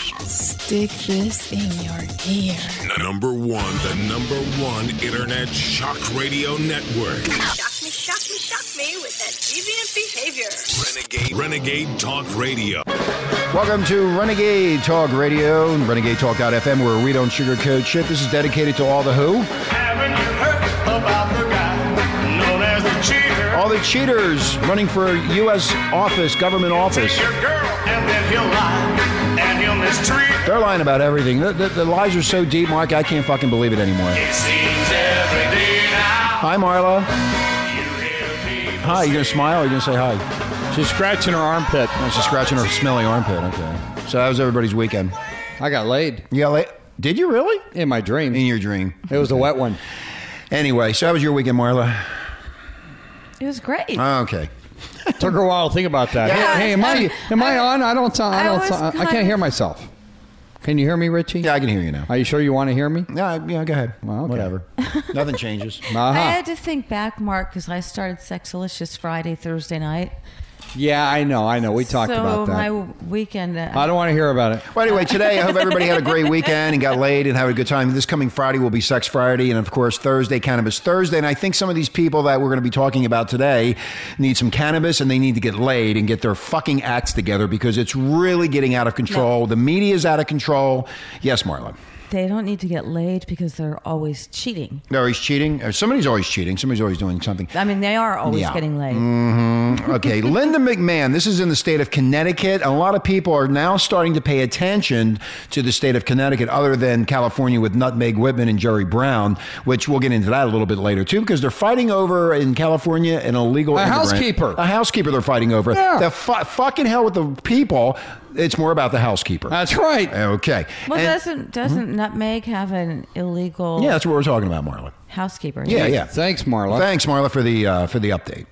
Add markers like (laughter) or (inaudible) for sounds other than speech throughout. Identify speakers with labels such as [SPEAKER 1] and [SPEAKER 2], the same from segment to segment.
[SPEAKER 1] Stick this in your ear.
[SPEAKER 2] Number one, the number one internet shock radio network.
[SPEAKER 3] Shock me, shock me, shock me with that deviant behavior.
[SPEAKER 2] Renegade, Renegade Talk Radio.
[SPEAKER 4] Welcome to Renegade Talk Radio, and renegadetalk.fm, where we don't sugarcoat shit. This is dedicated to all the who,
[SPEAKER 5] Haven't you heard about the guy known as the cheater?
[SPEAKER 4] all the cheaters running for U.S. office, government office.
[SPEAKER 5] Your girl, and then he'll lie, and he'll mistreat. her.
[SPEAKER 4] They're lying about everything. The, the, the lies are so deep, Mark, I can't fucking believe it anymore.
[SPEAKER 5] It seems every day now
[SPEAKER 4] Hi, Marla.
[SPEAKER 5] you hear people
[SPEAKER 4] Hi, you gonna smile or you gonna say hi?
[SPEAKER 6] She's scratching her armpit.
[SPEAKER 4] No, she's scratching her smelly armpit. Okay. So that was everybody's weekend.
[SPEAKER 6] I got laid
[SPEAKER 4] Yeah, like, did you really?
[SPEAKER 6] in my
[SPEAKER 4] In
[SPEAKER 6] dream.
[SPEAKER 4] your dream.
[SPEAKER 6] It was a wet one.
[SPEAKER 4] Anyway, so how was your weekend, Marla?
[SPEAKER 7] It was great.
[SPEAKER 4] Okay.
[SPEAKER 6] Took her a while to think about that.
[SPEAKER 7] Yeah,
[SPEAKER 6] hey, am I
[SPEAKER 7] it's
[SPEAKER 6] am I
[SPEAKER 7] kinda-
[SPEAKER 6] on? I don't sound. I
[SPEAKER 7] I
[SPEAKER 6] don't.
[SPEAKER 7] was
[SPEAKER 6] sound, I can't
[SPEAKER 7] kinda-
[SPEAKER 6] hear myself. Can you hear me, Richie?
[SPEAKER 4] Yeah, I can hear you now.
[SPEAKER 6] Are you sure you want to hear me?
[SPEAKER 4] Yeah, yeah, go ahead.
[SPEAKER 6] Well,
[SPEAKER 4] (laughs)
[SPEAKER 6] okay.
[SPEAKER 4] Whatever. Nothing (laughs) changes.
[SPEAKER 6] Uh
[SPEAKER 7] I
[SPEAKER 6] huh.
[SPEAKER 7] had to think back, Mark, because I started Sexalicious Friday, Thursday night.
[SPEAKER 6] Yeah, I know. I know. We talked
[SPEAKER 7] so
[SPEAKER 6] about
[SPEAKER 7] my
[SPEAKER 6] that.
[SPEAKER 7] weekend. uh,
[SPEAKER 6] I don't want to hear about it.
[SPEAKER 4] Well, anyway, today I hope everybody had a great weekend and got laid and had a good time. This coming Friday will be Sex Friday, and of course Thursday Cannabis Thursday. And I think some of these people that we're going to be talking about today need some cannabis and they need to get laid and get their fucking acts together because it's really getting out of control. The media is out of control. Yes, Marla.
[SPEAKER 7] they don't need to get laid because they're always cheating.
[SPEAKER 4] No, he's cheating. Or Somebody's always cheating. Somebody's always doing something.
[SPEAKER 7] I mean, they are always
[SPEAKER 4] Yeah. Mm.
[SPEAKER 7] getting laid.
[SPEAKER 4] Okay, Linda McMahon. This is in the state of Connecticut. A lot of people are now starting to pay attention to the state of Connecticut, other than California with Nutmeg Whitman and Jerry Brown, which we'll get into that a little bit later too, because they're fighting over in California an illegal
[SPEAKER 6] A
[SPEAKER 4] immigrant.
[SPEAKER 6] housekeeper.
[SPEAKER 4] A housekeeper. They're fighting over.
[SPEAKER 6] Yeah.
[SPEAKER 4] The fu- fucking hell with the people. It's more about the housekeeper.
[SPEAKER 6] That's right.
[SPEAKER 4] okay.
[SPEAKER 7] Well,
[SPEAKER 4] And- Mm-hmm.
[SPEAKER 7] doesn't doesn't Nutmeg have an illegal
[SPEAKER 4] yeah, that's what we're talking about, Marla.
[SPEAKER 7] housekeeper?
[SPEAKER 4] Yeah, yeah.
[SPEAKER 6] Thanks, Marla.
[SPEAKER 4] Thanks, Marla, for the uh, for the update.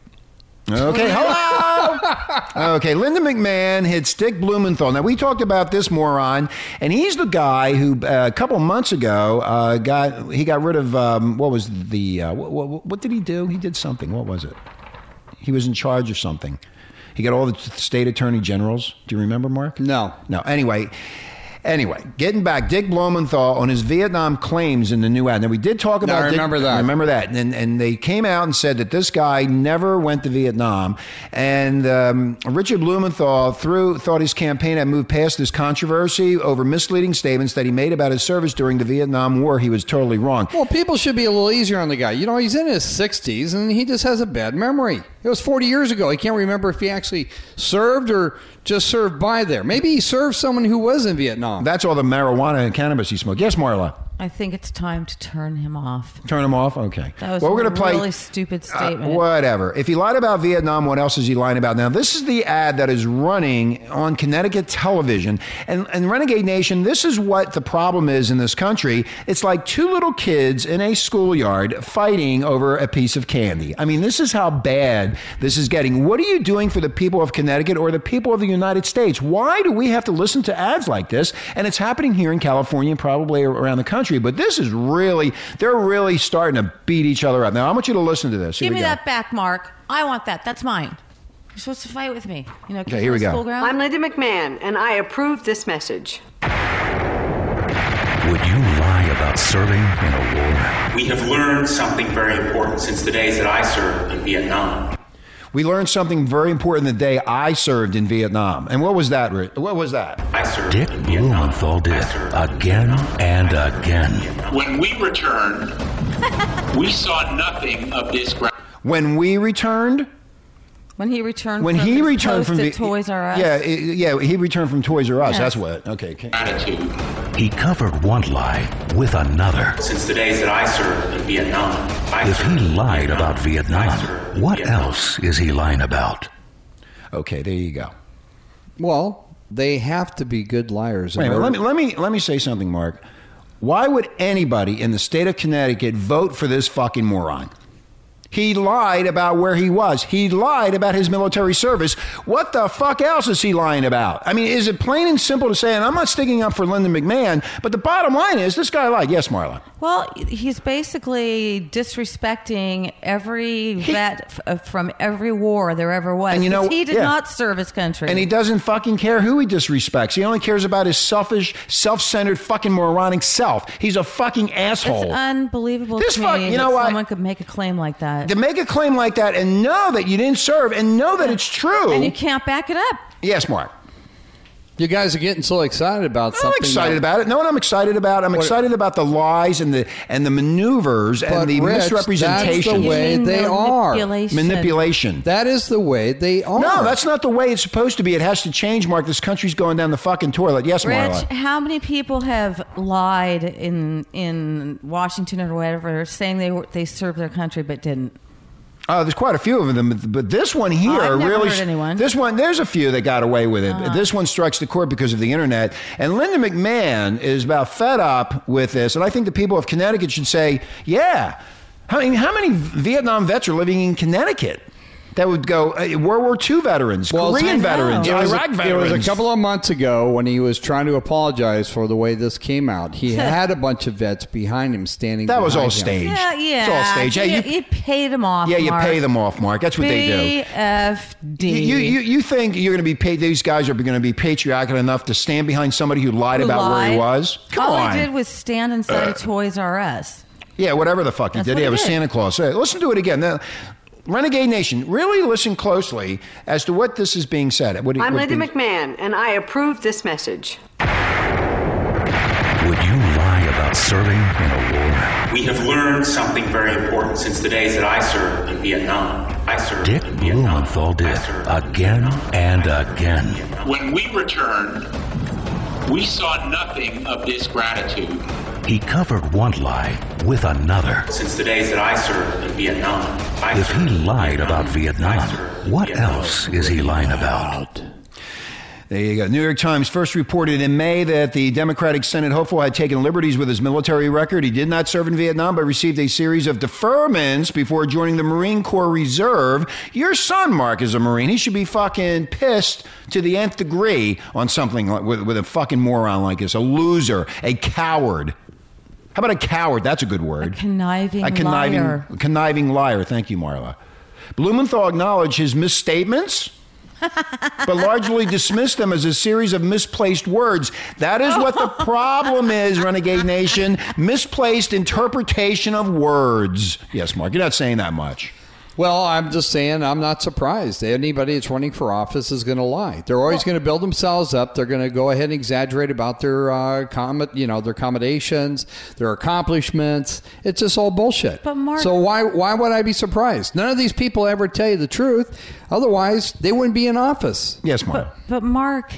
[SPEAKER 4] Okay,
[SPEAKER 6] (laughs)
[SPEAKER 4] hello. okay, Linda McMahon hit Stick Blumenthal. Now we talked about this moron, and he's the guy who uh, a couple months ago uh, got he got rid of um, what was the uh, what, what, what did he do? He did something. What was it? He was in charge of something. He got all the t- state attorney generals. Do you remember, Mark?
[SPEAKER 6] No.
[SPEAKER 4] No. Anyway. Anyway, getting back, Dick Blumenthal on his Vietnam claims in the new ad. Now we did talk
[SPEAKER 6] No,
[SPEAKER 4] about.
[SPEAKER 6] I
[SPEAKER 4] Dick-
[SPEAKER 6] remember that.
[SPEAKER 4] Remember that? And and they came out and said that this guy never went to Vietnam. And um, Richard Blumenthal through thought his campaign had moved past this controversy over misleading statements that he made about his service during the Vietnam War. He was totally wrong.
[SPEAKER 6] Well, people should be a little easier on the guy. You know, he's in his 60s and he just has a bad memory. It was 40 years ago. He can't remember if he actually served or just served by there. Maybe he served someone who was in Vietnam.
[SPEAKER 4] That's all the marijuana and cannabis he smoked. Yes, Marla.
[SPEAKER 7] I think it's time to turn him off.
[SPEAKER 4] Turn him off. Okay.
[SPEAKER 7] That was
[SPEAKER 4] well, we're
[SPEAKER 7] a
[SPEAKER 4] gonna play
[SPEAKER 7] really stupid statement.
[SPEAKER 4] Uh, whatever. If he lied about Vietnam, what else is he lying about? Now, this is the ad that is running on Connecticut television. And, and Renegade Nation, this is what the problem is in this country. It's like two little kids in a schoolyard fighting over a piece of candy. I mean, this is how bad this is getting. What are you doing for the people of Connecticut or the people of the United States? Why do we have to listen to ads like this? And it's happening here in California and probably around the country. But this is really, they're really starting to beat each other up. Now, I want you to listen to this. Here
[SPEAKER 7] Give
[SPEAKER 4] we
[SPEAKER 7] me
[SPEAKER 4] go.
[SPEAKER 7] that back, Mark. I want that. That's mine. You're supposed to fight with me. You know,
[SPEAKER 4] here we go.
[SPEAKER 7] school ground.
[SPEAKER 8] I'm Linda McMahon, and I approve this message.
[SPEAKER 9] Would you lie about serving in a war?
[SPEAKER 10] We have learned something very important since the days that I served in Vietnam.
[SPEAKER 4] We learned something very important the day I served in Vietnam. And what was that? Ri- What was that?
[SPEAKER 10] I served
[SPEAKER 9] Dick
[SPEAKER 10] in Vietnam.
[SPEAKER 9] Blumenthal did
[SPEAKER 10] I served in
[SPEAKER 9] again
[SPEAKER 10] Vietnam.
[SPEAKER 9] and
[SPEAKER 10] I served in
[SPEAKER 9] again.
[SPEAKER 10] Vietnam. When we returned, we saw nothing of this ground.
[SPEAKER 4] When we returned,
[SPEAKER 7] when he returned.
[SPEAKER 4] when
[SPEAKER 7] from
[SPEAKER 4] he
[SPEAKER 7] his
[SPEAKER 4] returned
[SPEAKER 7] post
[SPEAKER 4] from
[SPEAKER 7] at Toys R Us.
[SPEAKER 4] Yeah, i- yeah, he returned from Toys R Us.
[SPEAKER 7] Yes.
[SPEAKER 4] That's what. Okay. can-
[SPEAKER 10] Attitude
[SPEAKER 9] He covered one lie with another.
[SPEAKER 10] since the days that I served in Vietnam. I
[SPEAKER 9] If
[SPEAKER 10] served
[SPEAKER 9] he
[SPEAKER 10] in
[SPEAKER 9] lied
[SPEAKER 10] Vietnam.
[SPEAKER 9] about
[SPEAKER 10] I served
[SPEAKER 9] Vietnam,
[SPEAKER 10] in
[SPEAKER 9] what
[SPEAKER 10] Vietnam.
[SPEAKER 9] else is he lying about?
[SPEAKER 4] Okay, there you go.
[SPEAKER 6] Well, they have to be good liars. in
[SPEAKER 4] Wait a minute, let
[SPEAKER 6] order-
[SPEAKER 4] me let me let me say something, Mark. Why would anybody in the state of Connecticut vote for this fucking moron? He lied about where he was. He lied about his military service. What the fuck else is he lying about? I mean, is it plain and simple to say, and I'm not sticking up for Lyndon McMahon, but the bottom line is this guy lied. Yes, Marla.
[SPEAKER 7] Well, he's basically disrespecting every vet f- uh, from every war there ever was.
[SPEAKER 4] And you know-
[SPEAKER 7] 'Cause he did
[SPEAKER 4] yeah.
[SPEAKER 7] not serve his country.
[SPEAKER 4] And he doesn't fucking care who he disrespects. He only cares about his selfish, self centered, fucking moronic self. He's a fucking asshole.
[SPEAKER 7] It's unbelievable
[SPEAKER 4] This
[SPEAKER 7] to
[SPEAKER 4] fuck-
[SPEAKER 7] me
[SPEAKER 4] you
[SPEAKER 7] that
[SPEAKER 4] know what?
[SPEAKER 7] someone could make a claim like that.
[SPEAKER 4] to make a claim like that and know that you didn't serve and know that it's true.
[SPEAKER 7] and you can't back it up.
[SPEAKER 4] yes, Mark.
[SPEAKER 6] You guys are getting so excited about
[SPEAKER 4] I'm
[SPEAKER 6] something.
[SPEAKER 4] excited
[SPEAKER 6] that-
[SPEAKER 4] about it. No, what I'm excited about. I'm excited about the lies and the and the maneuvers
[SPEAKER 6] But,
[SPEAKER 4] and the
[SPEAKER 6] Rich, that's the
[SPEAKER 4] misrepresentation,
[SPEAKER 6] way- they
[SPEAKER 7] no
[SPEAKER 6] are.
[SPEAKER 7] Manipulation.
[SPEAKER 4] manipulation.
[SPEAKER 6] That is the way they are.
[SPEAKER 4] no, that's not the way it's supposed to be. It has to change, Mark. This country's going down the fucking toilet. Yes,
[SPEAKER 7] Rich,
[SPEAKER 4] Marla.
[SPEAKER 7] how many people have lied in in Washington or whatever, saying they were, they served their country but didn't?
[SPEAKER 4] Oh, there's quite a few of them, but- but this one here
[SPEAKER 7] I've never
[SPEAKER 4] really.
[SPEAKER 7] heard anyone. Uh-huh.
[SPEAKER 4] This one, there's a few that got away with it. but This one strikes the chord because of the internet. And Linda McMahon is about fed up with this. And I think the people of Connecticut should say, yeah. I mean, how many Vietnam vets are living in Connecticut? That would go uh, World War II veterans,
[SPEAKER 6] Well,
[SPEAKER 4] Korean
[SPEAKER 7] I know.
[SPEAKER 4] veterans,
[SPEAKER 6] It
[SPEAKER 4] Iraq
[SPEAKER 6] was, a, it
[SPEAKER 4] veterans.
[SPEAKER 6] was a couple of months ago when he was trying to apologize for the way this came out. He had a bunch of vets behind him standing.
[SPEAKER 4] That was
[SPEAKER 6] behind
[SPEAKER 4] all
[SPEAKER 6] him.
[SPEAKER 4] staged.
[SPEAKER 7] Yeah, yeah.
[SPEAKER 4] It's all staged. Yeah,
[SPEAKER 7] you,
[SPEAKER 4] you,
[SPEAKER 7] you paid them off.
[SPEAKER 4] yeah, you
[SPEAKER 7] Mark.
[SPEAKER 4] pay them off, Mark. That's what they do.
[SPEAKER 7] BFD.
[SPEAKER 4] You, you, you you think you're going to be paid? These guys are going to be patriotic enough to stand behind somebody who lied
[SPEAKER 7] Who
[SPEAKER 4] about where he
[SPEAKER 7] lied.
[SPEAKER 4] was? Come
[SPEAKER 7] All
[SPEAKER 4] on. Uh,
[SPEAKER 7] I did was stand inside a Toys R Us.
[SPEAKER 4] Yeah, whatever the fuck he
[SPEAKER 7] That's
[SPEAKER 4] did.
[SPEAKER 7] what
[SPEAKER 4] Yeah,
[SPEAKER 7] he
[SPEAKER 4] it was
[SPEAKER 7] did.
[SPEAKER 4] Santa Claus. Hey, listen to it again. Now, Renegade Nation, really listen closely as to what this is being said. What,
[SPEAKER 8] I'm
[SPEAKER 4] what's
[SPEAKER 8] Linda
[SPEAKER 4] being-
[SPEAKER 8] McMahon, and I approve this message.
[SPEAKER 9] Would you lie about serving in a war?
[SPEAKER 10] We have learned something very important since the days that I served in Vietnam. I served
[SPEAKER 9] Dick
[SPEAKER 10] in Vietnam.
[SPEAKER 9] Blumenthal did Uh,
[SPEAKER 10] I served in
[SPEAKER 9] again
[SPEAKER 10] Vietnam.
[SPEAKER 9] and again.
[SPEAKER 10] When we returned, we saw nothing of this gratitude
[SPEAKER 9] He covered one lie with another.
[SPEAKER 10] since the days that I served in Vietnam. I
[SPEAKER 9] If
[SPEAKER 10] served
[SPEAKER 9] he
[SPEAKER 10] in
[SPEAKER 9] lied about
[SPEAKER 10] I
[SPEAKER 9] Vietnam,
[SPEAKER 10] served in
[SPEAKER 9] what
[SPEAKER 10] Vietnam.
[SPEAKER 9] else is he lying about?
[SPEAKER 4] There you go. New York Times first reported in May that the Democratic Senate hopeful had taken liberties with his military record. He did not serve in Vietnam, but received a series of deferments before joining the Marine Corps Reserve. Your son, Mark, is a Marine. He should be fucking pissed to the nth degree on something like, with, with a fucking moron like this, a loser, a coward. How about a coward? That's a good word.
[SPEAKER 7] Conniving
[SPEAKER 4] A conniving,
[SPEAKER 7] liar.
[SPEAKER 4] conniving liar. Thank you, Marla. Blumenthal acknowledged his misstatements, but largely dismissed them as a series of misplaced words. That is what the problem is, Renegade Nation. Misplaced interpretation of words. Yes, Mark, you're not saying that much.
[SPEAKER 6] Well, I'm just saying, I'm not surprised. Anybody that's running for office is going to lie. They're always going to build themselves up. They're going to go ahead and exaggerate about their uh, com- you know, their accommodations, their accomplishments. It's just all bullshit.
[SPEAKER 7] But Mark-
[SPEAKER 6] so why why would I be surprised? None of these people ever tell you the truth. Otherwise, they wouldn't be in office.
[SPEAKER 4] Yes, Mark.
[SPEAKER 7] But Mark,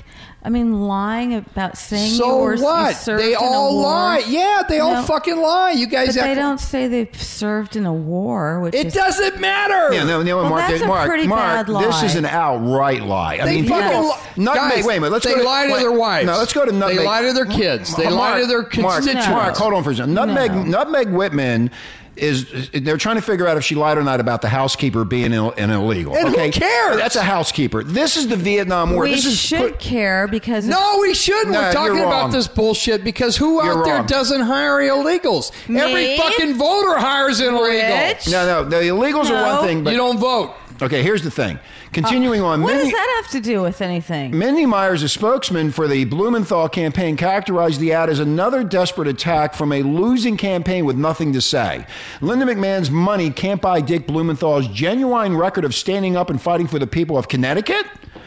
[SPEAKER 7] I mean, lying about saying you
[SPEAKER 6] So
[SPEAKER 7] were you
[SPEAKER 6] what?
[SPEAKER 7] served
[SPEAKER 6] They
[SPEAKER 7] in a
[SPEAKER 6] all
[SPEAKER 7] war.
[SPEAKER 6] lie. Yeah, they all
[SPEAKER 7] No.
[SPEAKER 6] fucking lie. You
[SPEAKER 7] But
[SPEAKER 6] guys
[SPEAKER 7] they
[SPEAKER 6] act-
[SPEAKER 7] don't say they've served in a war, which
[SPEAKER 6] It
[SPEAKER 7] is
[SPEAKER 6] doesn't matter.
[SPEAKER 4] Yeah, no, no,
[SPEAKER 7] Well,
[SPEAKER 4] Mark,
[SPEAKER 7] that's a
[SPEAKER 4] Mark,
[SPEAKER 7] pretty
[SPEAKER 4] Mark,
[SPEAKER 7] bad lie.
[SPEAKER 4] this is an outright lie. I
[SPEAKER 6] They
[SPEAKER 4] mean,
[SPEAKER 6] fucking
[SPEAKER 4] people,
[SPEAKER 6] li-
[SPEAKER 4] Nutmeg-
[SPEAKER 6] Guys,
[SPEAKER 4] wait a minute. Let's
[SPEAKER 6] they
[SPEAKER 4] go
[SPEAKER 6] lie to
[SPEAKER 4] wait,
[SPEAKER 6] their wives.
[SPEAKER 4] No, let's go to
[SPEAKER 6] They
[SPEAKER 4] Nutmeg.
[SPEAKER 6] lie to their kids. They lie to their
[SPEAKER 4] Mark,
[SPEAKER 6] constituents.
[SPEAKER 4] Mark, hold on for a second. Nutmeg,
[SPEAKER 7] No.
[SPEAKER 4] Nutmeg Whitman is, is- they're trying to figure out if she lied or not about the housekeeper being Ill, an illegal.
[SPEAKER 6] And who
[SPEAKER 4] okay?
[SPEAKER 6] cares?
[SPEAKER 4] That's a housekeeper. This is the Vietnam War.
[SPEAKER 7] we
[SPEAKER 4] this is
[SPEAKER 7] should
[SPEAKER 4] put-
[SPEAKER 7] care because
[SPEAKER 6] No, we shouldn't.
[SPEAKER 4] No,
[SPEAKER 6] We're talking
[SPEAKER 4] you're wrong.
[SPEAKER 6] about this bullshit because who
[SPEAKER 4] You're
[SPEAKER 6] out there
[SPEAKER 4] wrong.
[SPEAKER 6] doesn't hire illegals? Every
[SPEAKER 7] Me?
[SPEAKER 6] fucking voter hires an illegal.
[SPEAKER 7] Rich?
[SPEAKER 4] no, no, the illegals are one
[SPEAKER 7] No.
[SPEAKER 4] thing, but
[SPEAKER 6] You don't Uh, vote.
[SPEAKER 4] okay. Here's the thing. Continuing on,
[SPEAKER 7] What
[SPEAKER 4] many-
[SPEAKER 7] does that have to do with anything?
[SPEAKER 4] Mindy Myers, a spokesman for the Blumenthal campaign, characterized the ad as another desperate attack from a losing campaign with nothing to say. Linda McMahon's money can't buy Dick Blumenthal's genuine record of standing up and fighting for the people of Connecticut?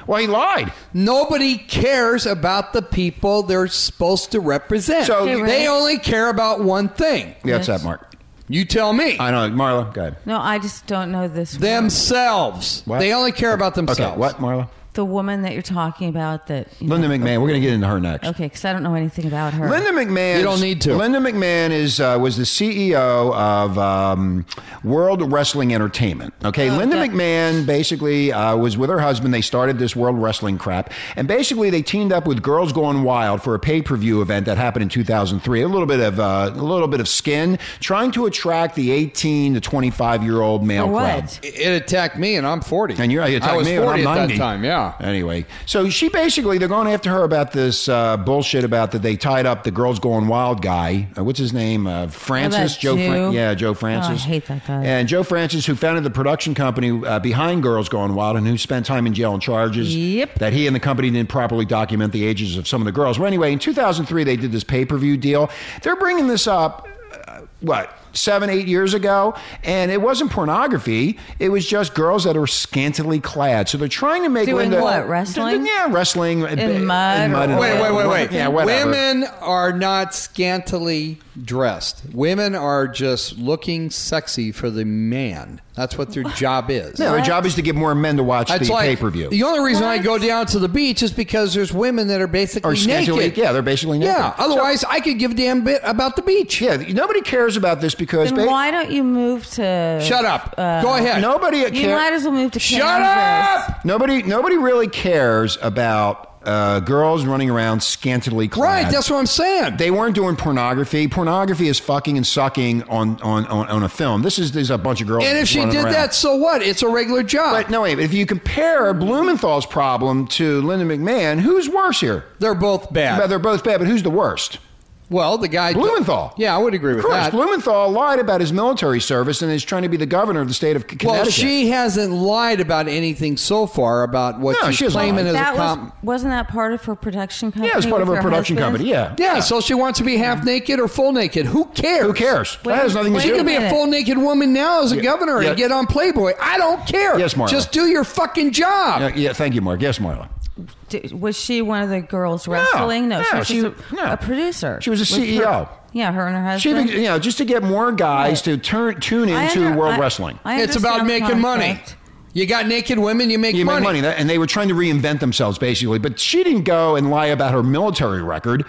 [SPEAKER 4] Well, he lied.
[SPEAKER 6] Nobody cares about the people they're supposed to represent.
[SPEAKER 4] So-
[SPEAKER 7] Okay,
[SPEAKER 6] they
[SPEAKER 7] Rich.
[SPEAKER 6] only care about one thing.
[SPEAKER 4] Yeah, that's
[SPEAKER 7] Yes.
[SPEAKER 4] that, Mark.
[SPEAKER 6] You tell me.
[SPEAKER 4] I know. Marla, go ahead.
[SPEAKER 7] No, I just don't know this. word.
[SPEAKER 6] themselves.
[SPEAKER 4] What?
[SPEAKER 6] They only care about
[SPEAKER 4] Okay,
[SPEAKER 6] themselves.
[SPEAKER 4] what, Marla?
[SPEAKER 7] the woman that you're talking about that you
[SPEAKER 4] Linda
[SPEAKER 7] know-
[SPEAKER 4] McMahon. We're going to get into her next.
[SPEAKER 7] Okay, because I don't know anything about her.
[SPEAKER 4] Linda McMahon.
[SPEAKER 6] You don't need to.
[SPEAKER 4] Linda McMahon is uh, was the CEO of um, World Wrestling Entertainment. Okay, Linda
[SPEAKER 7] Oh, that-
[SPEAKER 4] McMahon basically uh, was with her husband. They started this World Wrestling crap, and basically they teamed up with Girls Gone Wild for a pay per view event that happened in 2003. A little bit of uh, a little bit of skin, trying to attract the 18 to 25 year old male
[SPEAKER 7] For
[SPEAKER 4] crowd.
[SPEAKER 7] what?
[SPEAKER 6] It attacked me, and I'm 40.
[SPEAKER 4] And you're, you
[SPEAKER 6] I was
[SPEAKER 4] me
[SPEAKER 6] 40
[SPEAKER 4] when I'm
[SPEAKER 6] at
[SPEAKER 4] 90.
[SPEAKER 6] that time, yeah.
[SPEAKER 4] Anyway, so she basically, they're going after her about this uh, bullshit about that they tied up the Girls Going Wild guy. Uh, what's his name? Uh, Francis?
[SPEAKER 7] that
[SPEAKER 4] Joe Fran-
[SPEAKER 7] Jew?
[SPEAKER 4] Yeah, Joe
[SPEAKER 7] Oh, I
[SPEAKER 4] Francis.
[SPEAKER 7] hate that guy.
[SPEAKER 4] And Joe Francis, who founded the production company uh, behind Girls Going Wild and who spent time in jail on charges
[SPEAKER 7] Yep.
[SPEAKER 4] that he and the company didn't properly document the ages of some of the girls. Well, anyway, in 2003, they did this pay per view deal. They're bringing this up uh, what seven eight years ago and it wasn't pornography it was just girls that are scantily clad so they're trying to make
[SPEAKER 7] Doing
[SPEAKER 4] Linda-
[SPEAKER 7] what, wrestling?
[SPEAKER 4] yeah wrestling
[SPEAKER 7] In mud or-
[SPEAKER 6] Wait, wait, wait, wait.
[SPEAKER 4] yeah whatever.
[SPEAKER 6] Women are not scantily dressed. Women are just looking sexy for the man. That's what their job is.
[SPEAKER 4] no, their job is to get more men to watch
[SPEAKER 6] It's
[SPEAKER 4] the
[SPEAKER 6] like-
[SPEAKER 4] pay-per-view
[SPEAKER 6] The only reason I
[SPEAKER 7] What?
[SPEAKER 6] go down to the beach is because there's women that are basically
[SPEAKER 4] Or scantily-
[SPEAKER 6] naked.
[SPEAKER 4] yeah, they're basically naked.
[SPEAKER 6] Yeah. Otherwise, I could give a damn bit about the beach.
[SPEAKER 4] yeah nobody cares about this because
[SPEAKER 7] Then
[SPEAKER 4] ba-
[SPEAKER 7] why don't you move to?
[SPEAKER 6] Shut up. go ahead.
[SPEAKER 4] nobody
[SPEAKER 7] You
[SPEAKER 4] care-
[SPEAKER 7] might as well move to Kansas.
[SPEAKER 6] Shut up.
[SPEAKER 4] nobody nobody really cares about uh, girls running around scantily clad
[SPEAKER 6] Right. That's what I'm saying.
[SPEAKER 4] they weren't doing pornography. Pornography is fucking and sucking on on, on, on a film. This is there's a bunch of girls.
[SPEAKER 6] and if she
[SPEAKER 4] running
[SPEAKER 6] did
[SPEAKER 4] around.
[SPEAKER 6] that, so what? It's a regular job.
[SPEAKER 4] But no, wait. If you compare Blumenthal's problem to Linda McMahon, who's worse here?
[SPEAKER 6] They're both bad.
[SPEAKER 4] Well, They're both bad, but who's the worst?
[SPEAKER 6] Well, the guy
[SPEAKER 4] Blumenthal.
[SPEAKER 6] Yeah, I would agree with
[SPEAKER 4] Of course,
[SPEAKER 6] that.
[SPEAKER 4] Blumenthal lied about his military service and is trying to be the governor of the state of Connecticut.
[SPEAKER 6] well, she hasn't lied about anything so far about what
[SPEAKER 4] No,
[SPEAKER 6] she's
[SPEAKER 4] she hasn't
[SPEAKER 6] claiming
[SPEAKER 4] lied.
[SPEAKER 6] as
[SPEAKER 7] That
[SPEAKER 6] a
[SPEAKER 7] was
[SPEAKER 6] comp.
[SPEAKER 7] wasn't that part of her production company?
[SPEAKER 4] yeah, it's part of
[SPEAKER 7] with
[SPEAKER 4] her production
[SPEAKER 7] husband?
[SPEAKER 4] company. Yeah,
[SPEAKER 6] yeah, so she wants to be half naked or full naked. Who cares?
[SPEAKER 4] Who cares?
[SPEAKER 7] Wait,
[SPEAKER 4] that has nothing
[SPEAKER 7] wait
[SPEAKER 4] to
[SPEAKER 6] She
[SPEAKER 4] do.
[SPEAKER 6] could
[SPEAKER 4] with
[SPEAKER 6] be
[SPEAKER 7] minute.
[SPEAKER 6] a full naked woman now as a
[SPEAKER 4] Yeah,
[SPEAKER 6] governor
[SPEAKER 4] yeah.
[SPEAKER 6] and get on Playboy. I don't care.
[SPEAKER 4] Yes, Marla.
[SPEAKER 6] Just do your fucking job.
[SPEAKER 4] Yeah, yeah, thank you, Mark. Yes, Marla.
[SPEAKER 7] D- was she one of the girls wrestling? No,
[SPEAKER 4] no,
[SPEAKER 7] she was
[SPEAKER 4] she-
[SPEAKER 7] just a,
[SPEAKER 4] no.
[SPEAKER 7] a producer.
[SPEAKER 4] She was a
[SPEAKER 7] With
[SPEAKER 4] CEO.
[SPEAKER 7] Her, yeah, her and her
[SPEAKER 4] She,
[SPEAKER 7] husband.
[SPEAKER 4] you know, just to get more guys to turn tune
[SPEAKER 7] I
[SPEAKER 4] into
[SPEAKER 7] under-
[SPEAKER 4] world
[SPEAKER 7] I-
[SPEAKER 4] wrestling.
[SPEAKER 7] I
[SPEAKER 6] it's about
[SPEAKER 7] understand the
[SPEAKER 6] making money.
[SPEAKER 7] concept.
[SPEAKER 6] You got naked women, you make
[SPEAKER 4] you
[SPEAKER 6] money.
[SPEAKER 4] make money. That- And they were trying to reinvent themselves, basically. But she didn't go and lie about her military record.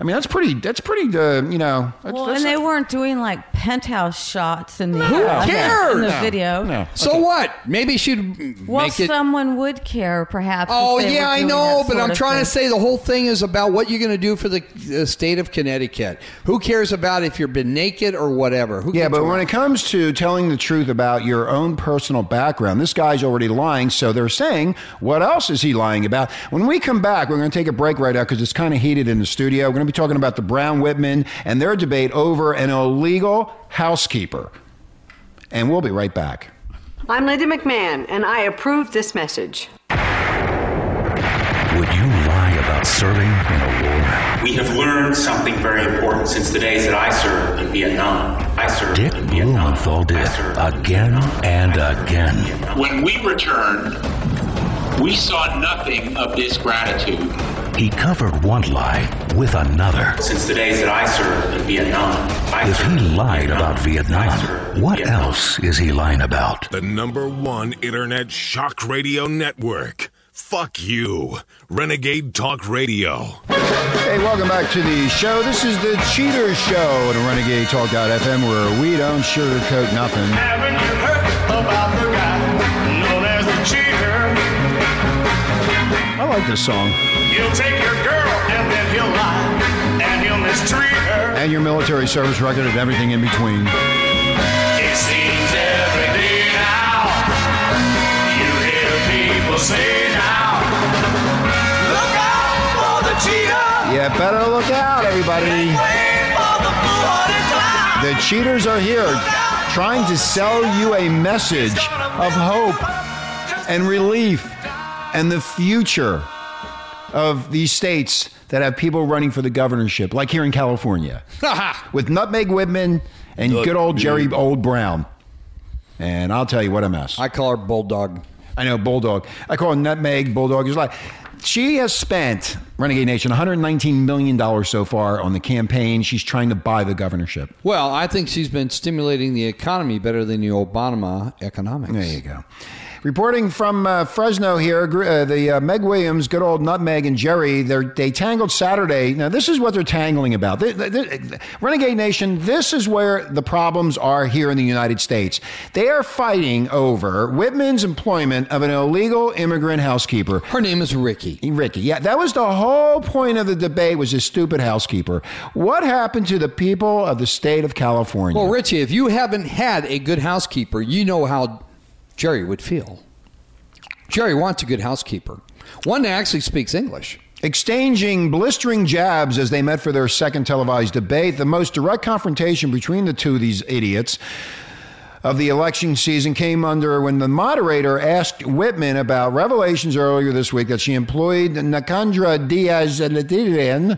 [SPEAKER 4] I mean, that's pretty. That's pretty. Uh, you know. That's,
[SPEAKER 7] Well,
[SPEAKER 4] that's
[SPEAKER 7] and they
[SPEAKER 4] not-
[SPEAKER 7] weren't doing like penthouse shots in the, in
[SPEAKER 6] cares?
[SPEAKER 7] the
[SPEAKER 4] No,
[SPEAKER 7] video.
[SPEAKER 4] no.
[SPEAKER 6] So what? Maybe she'd
[SPEAKER 7] Well,
[SPEAKER 6] make it.
[SPEAKER 7] someone would care, perhaps. if
[SPEAKER 6] Oh
[SPEAKER 7] they were
[SPEAKER 6] yeah, I
[SPEAKER 7] doing
[SPEAKER 6] know,
[SPEAKER 7] that
[SPEAKER 6] but
[SPEAKER 7] sort
[SPEAKER 6] I'm
[SPEAKER 7] of
[SPEAKER 6] trying
[SPEAKER 7] thing.
[SPEAKER 6] to say the whole thing is about what you're going to do for the uh, state of Connecticut. Who cares about if you've been naked or whatever? Who
[SPEAKER 4] Yeah,
[SPEAKER 6] gives
[SPEAKER 4] but
[SPEAKER 6] a-
[SPEAKER 4] when it comes to telling the truth about your own personal background, this guy's already lying. So they're saying, what else is he lying about? When we come back, we're going to take a break right now because it's kind of heated in the studio. We're going to be talking about the Brown Whitman and their debate over an illegal housekeeper. And we'll be right back.
[SPEAKER 8] I'm Linda McMahon, and I approve this message.
[SPEAKER 9] Would you lie about serving in a
[SPEAKER 10] We have learned something very important since the days that I served in Vietnam. I
[SPEAKER 9] war?
[SPEAKER 10] served
[SPEAKER 9] Dick
[SPEAKER 10] in Vietnam.
[SPEAKER 9] Blumenthal did
[SPEAKER 10] I
[SPEAKER 9] it
[SPEAKER 10] served in
[SPEAKER 9] again
[SPEAKER 10] Vietnam.
[SPEAKER 9] and
[SPEAKER 10] I served in
[SPEAKER 9] again.
[SPEAKER 10] Vietnam. When we returned, we saw nothing of this gratitude
[SPEAKER 9] He covered one lie with another.
[SPEAKER 10] since the days that I served in Vietnam. I
[SPEAKER 9] If he
[SPEAKER 10] served in
[SPEAKER 9] lied about
[SPEAKER 10] I served
[SPEAKER 9] Vietnam,
[SPEAKER 10] in
[SPEAKER 9] what
[SPEAKER 10] Vietnam.
[SPEAKER 9] else is he lying about?
[SPEAKER 2] The number one Internet Shock Radio Network. Fuck you. Renegade Talk Radio.
[SPEAKER 4] Hey, welcome back to the show. This is the Cheaters Show at Renegade Talk.fm where we don't sugarcoat nothing.
[SPEAKER 5] Haven't you heard about the guy known as the cheater?
[SPEAKER 4] I like this song.
[SPEAKER 5] He'll take your girl and then he'll lie and he'll mistreat her.
[SPEAKER 4] And your military service record and everything in between.
[SPEAKER 5] It seems every day now you hear people say now, look out for the cheater,
[SPEAKER 4] Yeah, better look out, everybody.
[SPEAKER 5] wait for the fool-hearted clown.
[SPEAKER 4] The cheaters are here trying to sell you a message of hope and relief and the future of these states that have people running for the governorship, like here in California, with Nutmeg Whitman and good old Jerry Old Brown. And I'll tell you what a mess.
[SPEAKER 6] I call her bulldog.
[SPEAKER 4] I know Bulldog. I call her Nutmeg Bulldog. Is like she has spent Renegade Nation 119 million dollars so far on the campaign. She's trying to buy the governorship.
[SPEAKER 6] Well, I think she's been stimulating the economy better than the Obama economics.
[SPEAKER 4] There you go. Reporting from uh, Fresno here, gr- uh, the uh, Meg Williams, good old Nutmeg and Jerry, they're, they tangled Saturday. Now, this is what they're tangling about. They- they- they- Renegade Nation, this is where the problems are here in the United States. They are fighting over Whitman's employment of an illegal immigrant housekeeper.
[SPEAKER 6] Her name is Ricky.
[SPEAKER 4] Ricky. Yeah, that was the whole point of the debate was this stupid housekeeper. What happened to the people of the state of California?
[SPEAKER 6] Well, Richie, if you haven't had a good housekeeper, you know how Jerry would feel. Jerry wants a good housekeeper, one that actually speaks English.
[SPEAKER 4] Exchanging blistering jabs as they met for their second televised debate, the most direct confrontation between the two of these idiots of the election season came under when the moderator asked Whitman about revelations earlier this week that she employed Nakandra Diaz Ladirian,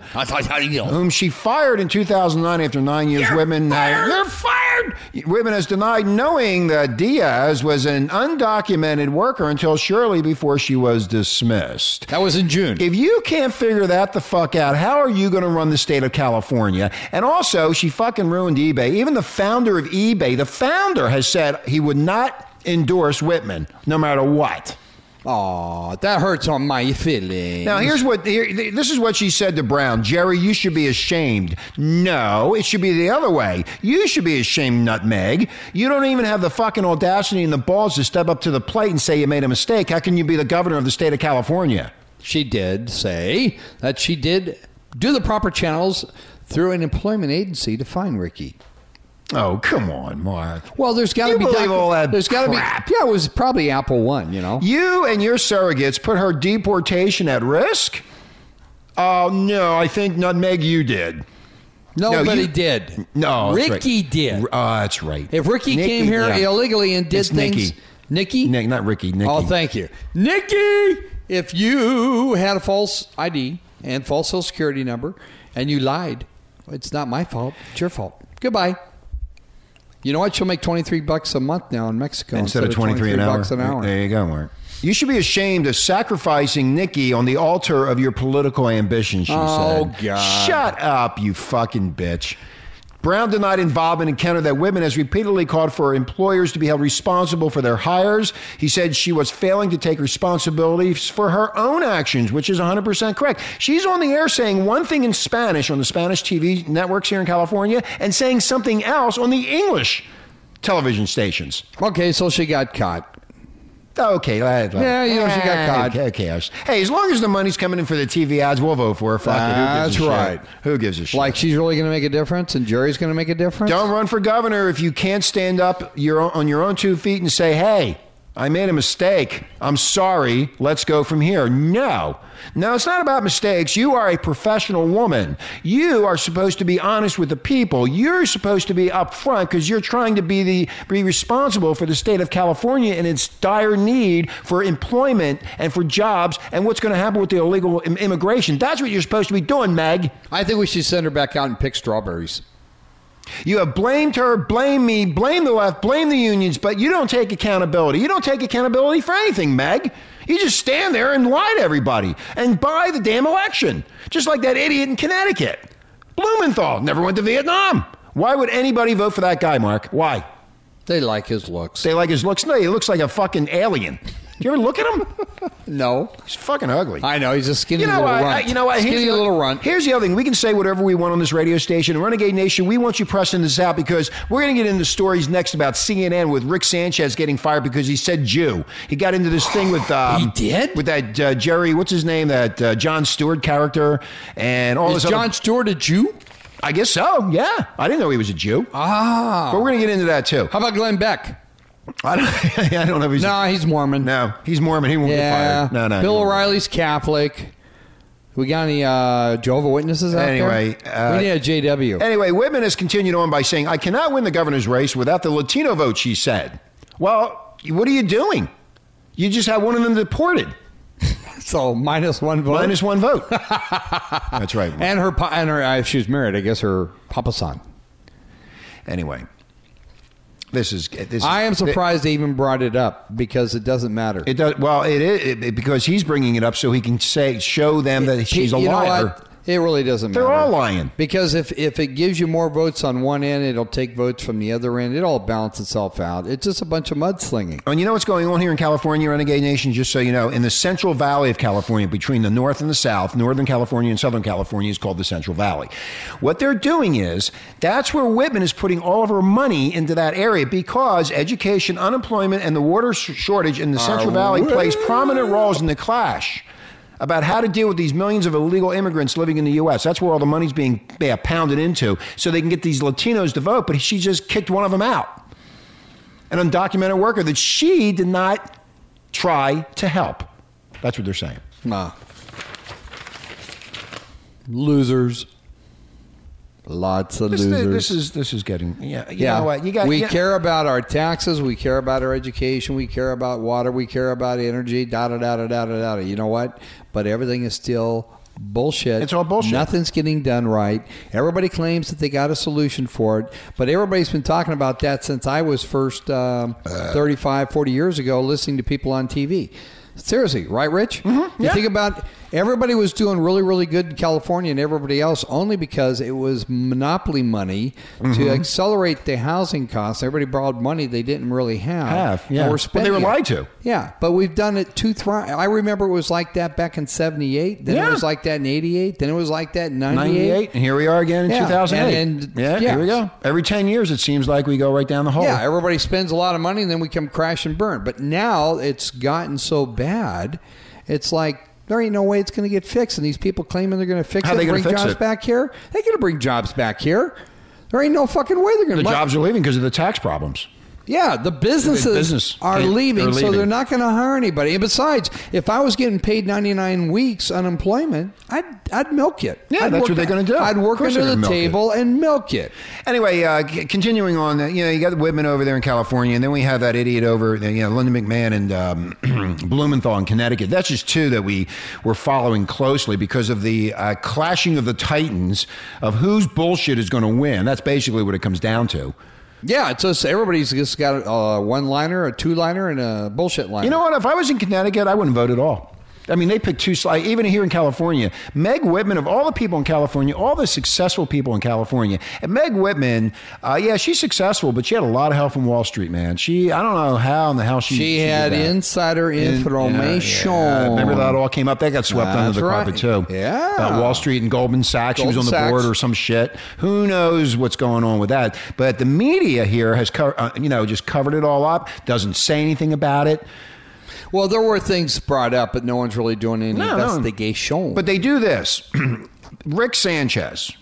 [SPEAKER 4] whom she fired in 2009 after nine years. Whitman, uh, you're fired. Whitman has denied knowing that Diaz was an undocumented worker until shortly before she was dismissed.
[SPEAKER 6] That was in June.
[SPEAKER 4] If you can't figure that the fuck out, how are you going to run the state of California? And also, she fucking ruined eBay. Even the founder of eBay, the founder has said he would not endorse Whitman no matter what.
[SPEAKER 6] Aw, that hurts on my feelings.
[SPEAKER 4] Now here's what here, this is what she said to Brown. Jerry, you should be ashamed. No, it should be the other way. You should be ashamed, Nutmeg. You don't even have the fucking audacity and the balls to step up to the plate and say you made a mistake. How can you be the governor of the state of California?
[SPEAKER 6] she did say that she did do the proper channels through an employment agency to find Ricky.
[SPEAKER 4] Oh, come on, Mark.
[SPEAKER 6] Well, there's got
[SPEAKER 4] You
[SPEAKER 6] to be
[SPEAKER 4] believe all that
[SPEAKER 6] There's gotta
[SPEAKER 4] crap.
[SPEAKER 6] be. Yeah, it was probably Apple One. You know.
[SPEAKER 4] You and your surrogates put her deportation at risk? Oh, no, I think Nutmeg, you did.
[SPEAKER 6] Nobody
[SPEAKER 4] you-
[SPEAKER 6] did.
[SPEAKER 4] No, that's
[SPEAKER 6] Ricky
[SPEAKER 4] right.
[SPEAKER 6] did.
[SPEAKER 4] R- Oh, that's right.
[SPEAKER 6] If Ricky
[SPEAKER 4] Nikki,
[SPEAKER 6] came here
[SPEAKER 4] yeah.
[SPEAKER 6] illegally and did
[SPEAKER 4] It's
[SPEAKER 6] things,
[SPEAKER 4] Nikki.
[SPEAKER 6] Nikki.
[SPEAKER 4] Nick, not Ricky, Nikki.
[SPEAKER 6] Oh, thank you, Nikki. If you had a false ID and false Social Security number and you lied, it's not my fault. It's your fault. Goodbye. You know what? She'll make twenty three bucks a month now in Mexico
[SPEAKER 4] Instead of 23 an hour.
[SPEAKER 6] bucks an hour.
[SPEAKER 4] There you go, Mark. You should be ashamed of sacrificing Nikki on the altar of your political ambition, she
[SPEAKER 6] Oh,
[SPEAKER 4] said.
[SPEAKER 6] God.
[SPEAKER 4] Shut up, you fucking bitch. Brown denied involvement in Canada that Whitman has repeatedly called for employers to be held responsible for their hires. He said she was failing to take responsibility for her own actions, which is 100% correct. She's on the air saying one thing in Spanish on the Spanish TV networks here in California and saying something else on the English television stations.
[SPEAKER 6] Okay, so she got caught.
[SPEAKER 4] Okay, let, let-
[SPEAKER 6] Yeah, you know, she got caught.
[SPEAKER 4] Okay, okay, I was- Hey, as long as the money's coming in for the TV ads, we'll vote for her. Fuck it,
[SPEAKER 6] That's
[SPEAKER 4] Who gives a
[SPEAKER 6] right.
[SPEAKER 4] Shit? Who gives a shit?
[SPEAKER 6] Like she's really going to make a difference, and Jerry's going to make a difference.
[SPEAKER 4] don't run for governor if you can't stand up your own, on your own two feet and say, "Hey, I made a mistake. I'm sorry. Let's go from here." No, no, it's not about mistakes. You are a professional woman. You are supposed to be honest with the people. You're supposed to be upfront because you're trying to be the be responsible for the state of California and its dire need for employment and for jobs and what's going to happen with the illegal im- immigration. That's what you're supposed to be doing, Meg.
[SPEAKER 6] I think we should send her back out and pick strawberries.
[SPEAKER 4] You have blamed her, blame me, blame the left, blame the unions, but you don't take accountability. You don't take accountability for anything, Meg. You just stand there and lie to everybody and buy the damn election, just like that idiot in Connecticut. Blumenthal never went to Vietnam. Why would anybody vote for that guy, Mark? Why?
[SPEAKER 6] They like his looks.
[SPEAKER 4] They like his looks? No, he looks like a fucking alien. You ever look at him?
[SPEAKER 6] no,
[SPEAKER 4] He's fucking ugly.
[SPEAKER 6] I know he's a skinny
[SPEAKER 4] You know
[SPEAKER 6] little
[SPEAKER 4] what?
[SPEAKER 6] runt.
[SPEAKER 4] I- you know what?
[SPEAKER 6] Skinny
[SPEAKER 4] the-
[SPEAKER 6] little runt.
[SPEAKER 4] Here's the other thing. We can say whatever we want on this radio station. Renegade Nation, we want you pressing this out because we're going to get into stories next about CNN with Rick Sanchez getting fired because he said Jew. He got into this thing with um,
[SPEAKER 6] He did?
[SPEAKER 4] with that uh, Jerry. What's his name? That uh, John Stewart character and all
[SPEAKER 6] Is
[SPEAKER 4] this.
[SPEAKER 6] John
[SPEAKER 4] other,
[SPEAKER 6] Stewart a Jew?
[SPEAKER 4] I guess so. Yeah, I didn't know he was a Jew.
[SPEAKER 6] Ah.
[SPEAKER 4] but we're going to get into that too. (laughs)
[SPEAKER 6] How about Glenn Beck?
[SPEAKER 4] I don't, (laughs) I don't know if he's
[SPEAKER 6] No, he's Mormon.
[SPEAKER 4] no. He's Mormon. He won't
[SPEAKER 6] Yeah.
[SPEAKER 4] get fired. No, no. he
[SPEAKER 6] Bill
[SPEAKER 4] won't.
[SPEAKER 6] O'Reilly's Catholic. We got any uh, Jehovah Witnesses out
[SPEAKER 4] Anyway,
[SPEAKER 6] there?
[SPEAKER 4] uh,
[SPEAKER 6] we need a JW.
[SPEAKER 4] Anyway, Whitman has continued on by saying, I cannot win the governor's race without the Latino vote, she said. Well, what are you doing? You just had one of them deported.
[SPEAKER 6] so minus one vote.
[SPEAKER 4] Minus one
[SPEAKER 6] (laughs)
[SPEAKER 4] vote. That's right.
[SPEAKER 6] and her pa- and her uh, if she was married, I guess her papa son.
[SPEAKER 4] Anyway, this is. This is-
[SPEAKER 6] I am surprised they even brought it up because it doesn't matter.
[SPEAKER 4] It, does well. It is it, it- because he's bringing it up so he can say, show them that she's a
[SPEAKER 6] You know
[SPEAKER 4] liar.
[SPEAKER 6] what? It really doesn't
[SPEAKER 4] They're
[SPEAKER 6] matter.
[SPEAKER 4] all lying.
[SPEAKER 6] Because if, if it gives you more votes on one end, it'll take votes from the other end. It all balances itself out. It's just a bunch of mudslinging.
[SPEAKER 4] And you know what's going on here in California, Renegade Nation? Just so you know, in the Central Valley of California, between the North and the South, Northern California and Southern California is called the Central Valley. What they're doing is that's where Whitman is putting all of her money into that area because education, unemployment, and the water sh- shortage in the Central Valley plays prominent roles in the clash. About how to deal with these millions of illegal immigrants living in the U.S. That's where all the money's being yeah, pounded into, so they can get these Latinos to vote. But she just kicked one of them out an undocumented worker that she did not try to help. That's what they're saying.
[SPEAKER 6] Nah. Losers. Lots of
[SPEAKER 4] This,
[SPEAKER 6] losers.
[SPEAKER 4] this is this is getting yeah. You
[SPEAKER 6] yeah,
[SPEAKER 4] know what? You got
[SPEAKER 6] we
[SPEAKER 4] yeah.
[SPEAKER 6] care about our taxes. We care about our education. We care about water. We care about energy. Da da da da da da da. You know what? But everything is still bullshit.
[SPEAKER 4] It's all bullshit.
[SPEAKER 6] Nothing's getting done right. Everybody claims that they got a solution for it, but everybody's been talking about that since I was first um,
[SPEAKER 4] Uh.
[SPEAKER 6] 35, 40 years ago, listening to people on TV. Seriously, right, Rich? Mm-hmm, You
[SPEAKER 4] yeah.
[SPEAKER 6] think about everybody was doing really, really good in California and everybody else only because it was monopoly money
[SPEAKER 4] Mm-hmm.
[SPEAKER 6] to accelerate the housing costs. Everybody borrowed money they didn't really have.
[SPEAKER 4] Have, yeah.
[SPEAKER 6] And
[SPEAKER 4] Well,
[SPEAKER 6] we're
[SPEAKER 4] they
[SPEAKER 6] spending
[SPEAKER 4] were
[SPEAKER 6] it.
[SPEAKER 4] lied to.
[SPEAKER 6] Yeah, but we've done it two, three. I remember it was like that back in 78. Then
[SPEAKER 4] Yeah.
[SPEAKER 6] it was like that in 88. Then it was like that in 98.
[SPEAKER 4] 98 and here we are again in
[SPEAKER 6] Yeah,
[SPEAKER 4] 2008.
[SPEAKER 6] and- and-
[SPEAKER 4] yeah,
[SPEAKER 6] yeah.
[SPEAKER 4] here we go. Every 10 years it seems like we go right down the hole.
[SPEAKER 6] Yeah, everybody spends a lot of money and then we come crash and burn. But now it's gotten so bad, it's like there ain't no way it's going to get fixed. And these people claiming they're going to fix
[SPEAKER 4] How
[SPEAKER 6] it,
[SPEAKER 4] they
[SPEAKER 6] and
[SPEAKER 4] gonna
[SPEAKER 6] bring
[SPEAKER 4] fix
[SPEAKER 6] jobs
[SPEAKER 4] it?
[SPEAKER 6] back here. They're going to bring jobs back here. There ain't no fucking way they're going
[SPEAKER 4] the
[SPEAKER 6] to.
[SPEAKER 4] jobs are leaving because of the tax problems.
[SPEAKER 6] Yeah, the businesses
[SPEAKER 4] business.
[SPEAKER 6] are
[SPEAKER 4] They-
[SPEAKER 6] leaving,
[SPEAKER 4] they're
[SPEAKER 6] so
[SPEAKER 4] leaving.
[SPEAKER 6] they're not going to hire anybody. And besides, if I was getting paid 99 weeks unemployment, I'd, I'd milk it.
[SPEAKER 4] Yeah,
[SPEAKER 6] I'd
[SPEAKER 4] that's
[SPEAKER 6] work
[SPEAKER 4] what they're
[SPEAKER 6] it-
[SPEAKER 4] gonna do.
[SPEAKER 6] I'd
[SPEAKER 4] Of
[SPEAKER 6] work
[SPEAKER 4] course
[SPEAKER 6] under
[SPEAKER 4] they're
[SPEAKER 6] the
[SPEAKER 4] gonna milk it.
[SPEAKER 6] table and milk it.
[SPEAKER 4] Anyway, uh, c- continuing on, uh, you know, you got Whitman over there in California, and then we have that idiot over, you know, Linda McMahon and um, (clears throat) Blumenthal in Connecticut. That's just two that we were following closely because of the uh, clashing of the titans of whose bullshit is going to win. That's basically what it comes down to.
[SPEAKER 6] Yeah, it's just everybody's just got a one liner, a two liner, and a bullshit liner.
[SPEAKER 4] You know what? If I was in Connecticut, I wouldn't vote at all. I mean, they picked two slides, even here in California. Meg Whitman, of all the people in California, all the successful people in California, and Meg Whitman, uh, yeah, she's successful, but she had a lot of help from Wall Street, man. She, I don't know how in the hell she
[SPEAKER 6] She,
[SPEAKER 4] did
[SPEAKER 6] had
[SPEAKER 4] that.
[SPEAKER 6] insider
[SPEAKER 4] In-
[SPEAKER 6] information.
[SPEAKER 4] yeah, yeah. Remember that all came up? That got swept under
[SPEAKER 6] That's
[SPEAKER 4] the carpet,
[SPEAKER 6] right.
[SPEAKER 4] too.
[SPEAKER 6] Yeah.
[SPEAKER 4] About Wall Street and Goldman Sachs. she was on
[SPEAKER 6] Goldman
[SPEAKER 4] the
[SPEAKER 6] Sachs.
[SPEAKER 4] board or some shit. Who knows what's going on with that? But the media here has, co- uh, you know, just covered it all up, doesn't say anything about it.
[SPEAKER 6] Well, there were things brought up, but no one's really doing any
[SPEAKER 4] No, no.
[SPEAKER 6] investigation.
[SPEAKER 4] But they do this. (clears throat) Rick Sanchez.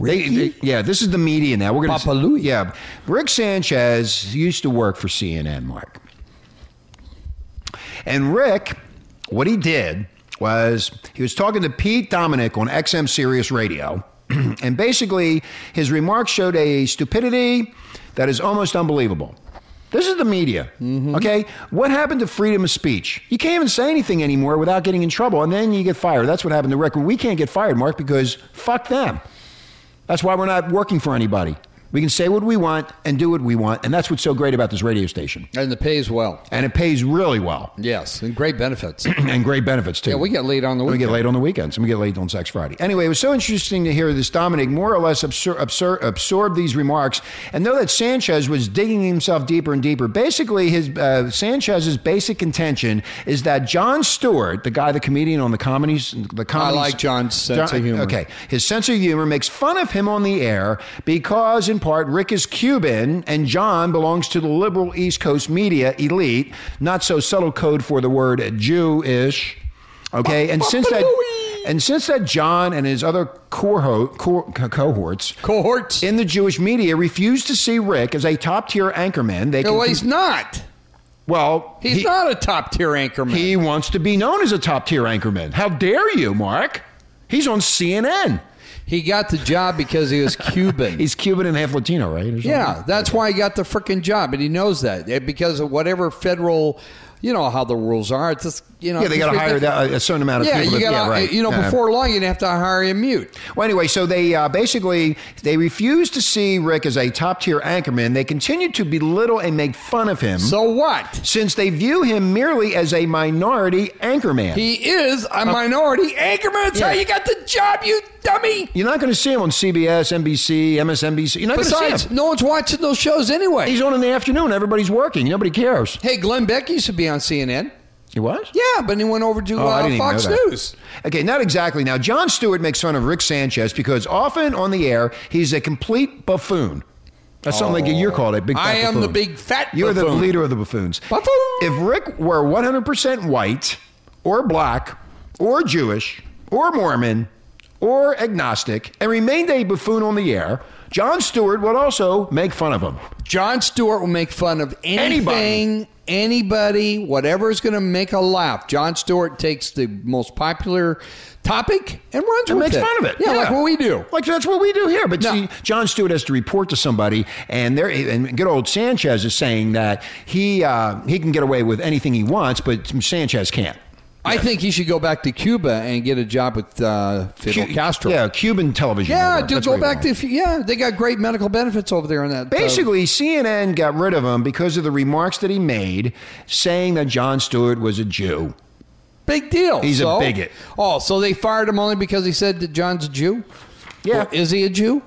[SPEAKER 4] They- they- yeah, this is the media now. We're going
[SPEAKER 6] Papa Louie.
[SPEAKER 4] Yeah, Rick Sanchez used to work for CNN, Mark. And Rick, what he did was he was talking to Pete Dominic on XM Sirius Radio, (clears throat) and basically his remarks showed a stupidity that is almost unbelievable. This is the media.
[SPEAKER 6] Mm-hmm.
[SPEAKER 4] Okay? What happened to freedom of speech? You can't even say anything anymore without getting in trouble, and then you get fired. That's what happened to Rick. We can't get fired, Mark, because fuck them. That's why we're not working for anybody. We can say what we want and do what we want, and that's what's so great about this radio station.
[SPEAKER 6] and the pays well.
[SPEAKER 4] And it pays really well
[SPEAKER 6] Yes, and great
[SPEAKER 4] (clears throat)
[SPEAKER 6] benefits.
[SPEAKER 4] and great benefits too.
[SPEAKER 6] Yeah, we get laid on the
[SPEAKER 4] We get
[SPEAKER 6] weekend.
[SPEAKER 4] laid on the weekends, and we get laid on Sex Friday. Anyway, it was so interesting to hear this Dominic more or less absor- absor- absorb these remarks, and know that Sanchez was digging himself deeper and deeper. Basically, his uh, Sanchez's basic contention is that John Stewart, the guy, the comedian on the comedies, the comedy.
[SPEAKER 6] like John's sense of humor.
[SPEAKER 4] Okay, his sense of humor makes fun of him on the air because, in part, Rick is Cuban and John belongs to the liberal East Coast media elite. Not so subtle code for the word Jewish. Okay, and since that,
[SPEAKER 6] (laughs)
[SPEAKER 4] and since that, John and his other coho- co- cohorts
[SPEAKER 6] Cohorts.
[SPEAKER 4] in the Jewish media refuse to see Rick as a top tier anchorman. They can,
[SPEAKER 6] no, he's not.
[SPEAKER 4] well,
[SPEAKER 6] He's
[SPEAKER 4] he-
[SPEAKER 6] not a top tier anchorman.
[SPEAKER 4] He wants to be known as a top tier anchorman. How dare you, Mark? He's on CNN.
[SPEAKER 6] he got the job because
[SPEAKER 4] (laughs)
[SPEAKER 6] he was Cuban.
[SPEAKER 4] He's Cuban and half Latino, right? Or something?
[SPEAKER 6] Yeah, that's why he got the freaking job, and he knows that eh, because of whatever federal you know how the rules are. It's just, you know,
[SPEAKER 4] Yeah, they
[SPEAKER 6] it's
[SPEAKER 4] got to hire
[SPEAKER 6] ridiculous.
[SPEAKER 4] that, a certain amount of
[SPEAKER 6] Yeah,
[SPEAKER 4] people.
[SPEAKER 6] you
[SPEAKER 4] to-
[SPEAKER 6] got
[SPEAKER 4] yeah,
[SPEAKER 6] to,
[SPEAKER 4] right.
[SPEAKER 6] you know,
[SPEAKER 4] Yeah.
[SPEAKER 6] before long you'd have to hire a mute.
[SPEAKER 4] Well, anyway, so they uh, basically they refused to see Rick as a top tier anchorman. They continued to belittle and make fun of him,
[SPEAKER 6] So what?
[SPEAKER 4] since they view him merely as a minority anchorman.
[SPEAKER 6] He is a minority anchorman. That's how
[SPEAKER 4] Uh, Yeah.
[SPEAKER 6] you got the job, you dummy.
[SPEAKER 4] You're not going to see him on CBS, NBC, MSNBC. You're not going to see him.
[SPEAKER 6] Besides, no one's watching those shows anyway.
[SPEAKER 4] He's on in the afternoon. Everybody's working. Nobody cares.
[SPEAKER 6] hey, Glenn Beck used to be on CNN.
[SPEAKER 4] You what?
[SPEAKER 6] Yeah, but he went over to
[SPEAKER 4] Oh, I
[SPEAKER 6] uh,
[SPEAKER 4] didn't even
[SPEAKER 6] Fox
[SPEAKER 4] know that.
[SPEAKER 6] News.
[SPEAKER 4] Okay, not exactly. Now, John Stewart makes fun of Rick Sanchez because often on the air, he's a complete buffoon. That's something like you're called a big fat
[SPEAKER 6] I am
[SPEAKER 4] buffoon.
[SPEAKER 6] the big fat
[SPEAKER 4] You're the
[SPEAKER 6] buffoon.
[SPEAKER 4] leader of the buffoons.
[SPEAKER 6] Buffoon.
[SPEAKER 4] If Rick were 100% white or black or Jewish or Mormon or agnostic and remained a buffoon on the air, John Stewart would also make fun of him.
[SPEAKER 6] John Stewart will make fun of anything, anybody, whatever is going to make a laugh. John Stewart takes the most popular topic and runs
[SPEAKER 4] and
[SPEAKER 6] with
[SPEAKER 4] makes
[SPEAKER 6] it.
[SPEAKER 4] fun of it.
[SPEAKER 6] Yeah, like what we do.
[SPEAKER 4] Like that's what we do here. But
[SPEAKER 6] No.
[SPEAKER 4] see, John Stewart has to report to somebody, and there, and good old Sanchez is saying that he uh, he can get away with anything he wants, but Sanchez can't.
[SPEAKER 6] I think he should go back to Cuba and get a job with uh, Fidel
[SPEAKER 4] Cu-
[SPEAKER 6] Castro.
[SPEAKER 4] yeah, Cuban television.
[SPEAKER 6] yeah,
[SPEAKER 4] network.
[SPEAKER 6] dude,
[SPEAKER 4] That's
[SPEAKER 6] go
[SPEAKER 4] what he
[SPEAKER 6] back
[SPEAKER 4] wants.
[SPEAKER 6] to yeah. They got great medical benefits over there in that. uh,
[SPEAKER 4] Basically, CNN got rid of him because of the remarks that he made, saying that John Stewart was a Jew.
[SPEAKER 6] big deal.
[SPEAKER 4] He's a
[SPEAKER 6] So-
[SPEAKER 4] bigot.
[SPEAKER 6] Oh, so they fired him only because he said that John's a Jew.
[SPEAKER 4] Yeah,
[SPEAKER 6] Or is he a Jew?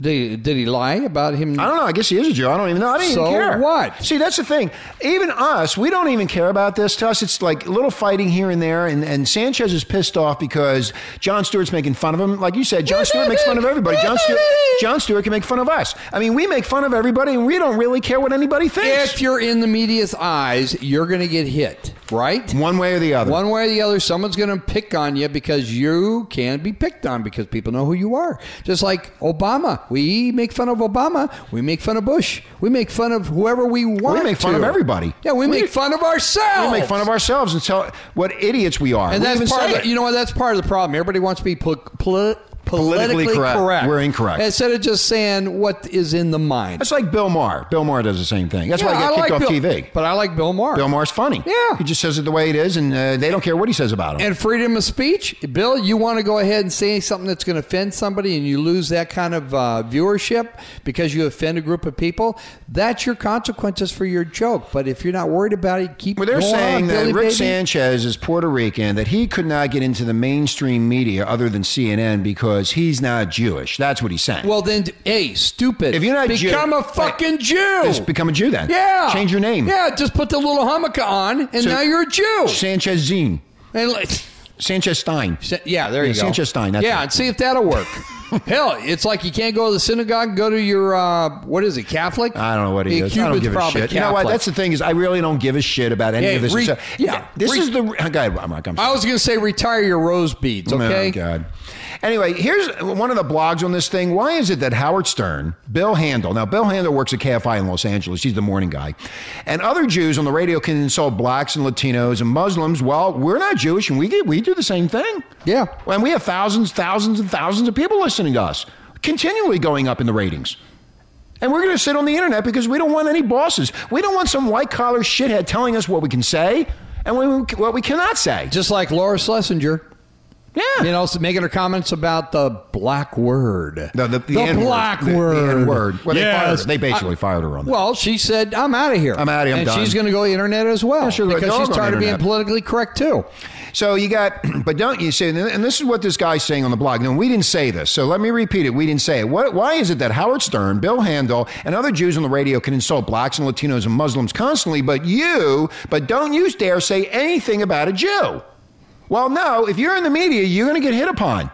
[SPEAKER 6] Did he, did he lie about him?
[SPEAKER 4] I don't know. I guess he is a Jew. I don't even know. I didn't
[SPEAKER 6] So
[SPEAKER 4] even care.
[SPEAKER 6] what?
[SPEAKER 4] See, that's the thing. Even us, we don't even care about this. To us, it's like little fighting here and there. And, and Sanchez is pissed off because John Stewart's making fun of him. Like you said, John Stewart makes fun of everybody. John Stewart, John Stewart can make fun of us. I mean, we make fun of everybody, and we don't really care what anybody thinks.
[SPEAKER 6] If you're in the media's eyes, you're going to get hit, right?
[SPEAKER 4] One way or the other.
[SPEAKER 6] One way or the other, someone's going to pick on you because you can be picked on because people know who you are. Just like Obama. We make fun of Obama. We make fun of Bush. We make fun of whoever we want.
[SPEAKER 4] make fun
[SPEAKER 6] to.
[SPEAKER 4] of everybody.
[SPEAKER 6] Yeah, we, make fun of ourselves.
[SPEAKER 4] we make fun of ourselves and tell what idiots we are.
[SPEAKER 6] And
[SPEAKER 4] we
[SPEAKER 6] that's
[SPEAKER 4] even
[SPEAKER 6] part
[SPEAKER 4] said
[SPEAKER 6] of
[SPEAKER 4] it.
[SPEAKER 6] the, you know what? That's part of the problem. Everybody wants to be pol- poli- politically,
[SPEAKER 4] correct.
[SPEAKER 6] correct.
[SPEAKER 4] We're incorrect.
[SPEAKER 6] Instead of just saying what is in the mind.
[SPEAKER 4] that's like Bill Maher. Bill Maher does the same thing. That's why he
[SPEAKER 6] Yeah,
[SPEAKER 4] got
[SPEAKER 6] I
[SPEAKER 4] kicked
[SPEAKER 6] like
[SPEAKER 4] off
[SPEAKER 6] Bill-
[SPEAKER 4] TV.
[SPEAKER 6] But I like Bill Maher.
[SPEAKER 4] Bill Maher's funny.
[SPEAKER 6] Yeah.
[SPEAKER 4] he just says it the way it is, and uh, they don't care what he says about him.
[SPEAKER 6] And freedom of speech, Bill. You want to go ahead and say something that's going to offend somebody, and you lose that kind of uh, viewership because you offend a group of people. That's your consequences for your joke. But if you're not worried about it, keep.
[SPEAKER 4] Well, they're
[SPEAKER 6] going
[SPEAKER 4] saying
[SPEAKER 6] on,
[SPEAKER 4] that
[SPEAKER 6] Billy,
[SPEAKER 4] Rick
[SPEAKER 6] baby.
[SPEAKER 4] Sanchez is Puerto Rican, that he could not get into the mainstream media other than CNN because he's not Jewish. That's what he's saying.
[SPEAKER 6] Well, then, hey, stupid.
[SPEAKER 4] If you're not Jew-
[SPEAKER 6] become a
[SPEAKER 4] wait,
[SPEAKER 6] fucking Jew.
[SPEAKER 4] just become a Jew then.
[SPEAKER 6] Yeah.
[SPEAKER 4] Change your name.
[SPEAKER 6] Yeah, just put the little hamaka on, and
[SPEAKER 4] So-
[SPEAKER 6] now you're a Jew.
[SPEAKER 4] Sanchez Zine.
[SPEAKER 6] and like,
[SPEAKER 4] Sanchez Stein.
[SPEAKER 6] yeah, there you
[SPEAKER 4] Yeah,
[SPEAKER 6] go.
[SPEAKER 4] Sanchez Stein, that's
[SPEAKER 6] yeah,
[SPEAKER 4] it.
[SPEAKER 6] and see if that'll work. (laughs) Hell, it's like you can't go to the synagogue. Go to your uh, what is it, Catholic?
[SPEAKER 4] I don't know what he
[SPEAKER 6] Yeah,
[SPEAKER 4] is. I
[SPEAKER 6] Cuban's
[SPEAKER 4] don't give a shit.
[SPEAKER 6] probably
[SPEAKER 4] You know what?
[SPEAKER 6] Catholic.
[SPEAKER 4] That's the thing is, I really don't give a shit about any
[SPEAKER 6] Hey,
[SPEAKER 4] of this.
[SPEAKER 6] re-
[SPEAKER 4] stuff.
[SPEAKER 6] yeah,
[SPEAKER 4] this
[SPEAKER 6] re-
[SPEAKER 4] is the. Go ahead, Mark. I'm sorry.
[SPEAKER 6] I was gonna say retire your rose beads. Okay.
[SPEAKER 4] Oh, God. Anyway, here's one of the blogs on this thing. Why is it that Howard Stern, Bill Handel, now Bill Handel works at KFI in Los Angeles, he's the morning guy, and other Jews on the radio can insult blacks and Latinos and Muslims. Well, we're not Jewish and we, get, we do the same thing.
[SPEAKER 6] Yeah.
[SPEAKER 4] And we have thousands, thousands, and thousands of people listening to us, continually going up in the ratings. And we're going to sit on the internet because we don't want any bosses. We don't want some white collar shithead telling us what we can say and what we- what we cannot say.
[SPEAKER 6] Just like Laura Schlesinger.
[SPEAKER 4] Yeah.
[SPEAKER 6] You know, making her comments about the black word.
[SPEAKER 4] No, the, the, N-word.
[SPEAKER 6] black
[SPEAKER 4] The- the
[SPEAKER 6] word.
[SPEAKER 4] N-word. Well, they, fired her.
[SPEAKER 6] Yes.
[SPEAKER 4] they basically fired her on that.
[SPEAKER 6] Well, she said, "I'm out of here.
[SPEAKER 4] I'm outta here. I'm
[SPEAKER 6] and
[SPEAKER 4] done."
[SPEAKER 6] she's going to go to the internet as well
[SPEAKER 4] Yeah, she's like,
[SPEAKER 6] because
[SPEAKER 4] "Dog
[SPEAKER 6] she's
[SPEAKER 4] on
[SPEAKER 6] tired of being
[SPEAKER 4] internet."
[SPEAKER 6] politically correct too."
[SPEAKER 4] so you got, (clears throat) but don't you see, and this is what this guy's saying on the blog. No, we didn't say this. So let me repeat it. We didn't say it. What, why is it that Howard Stern, Bill Handel, and other Jews on the radio can insult blacks and Latinos and Muslims constantly, but you, but don't you dare say anything about a Jew? Well, no, if you're in the media, you're going to get hit upon.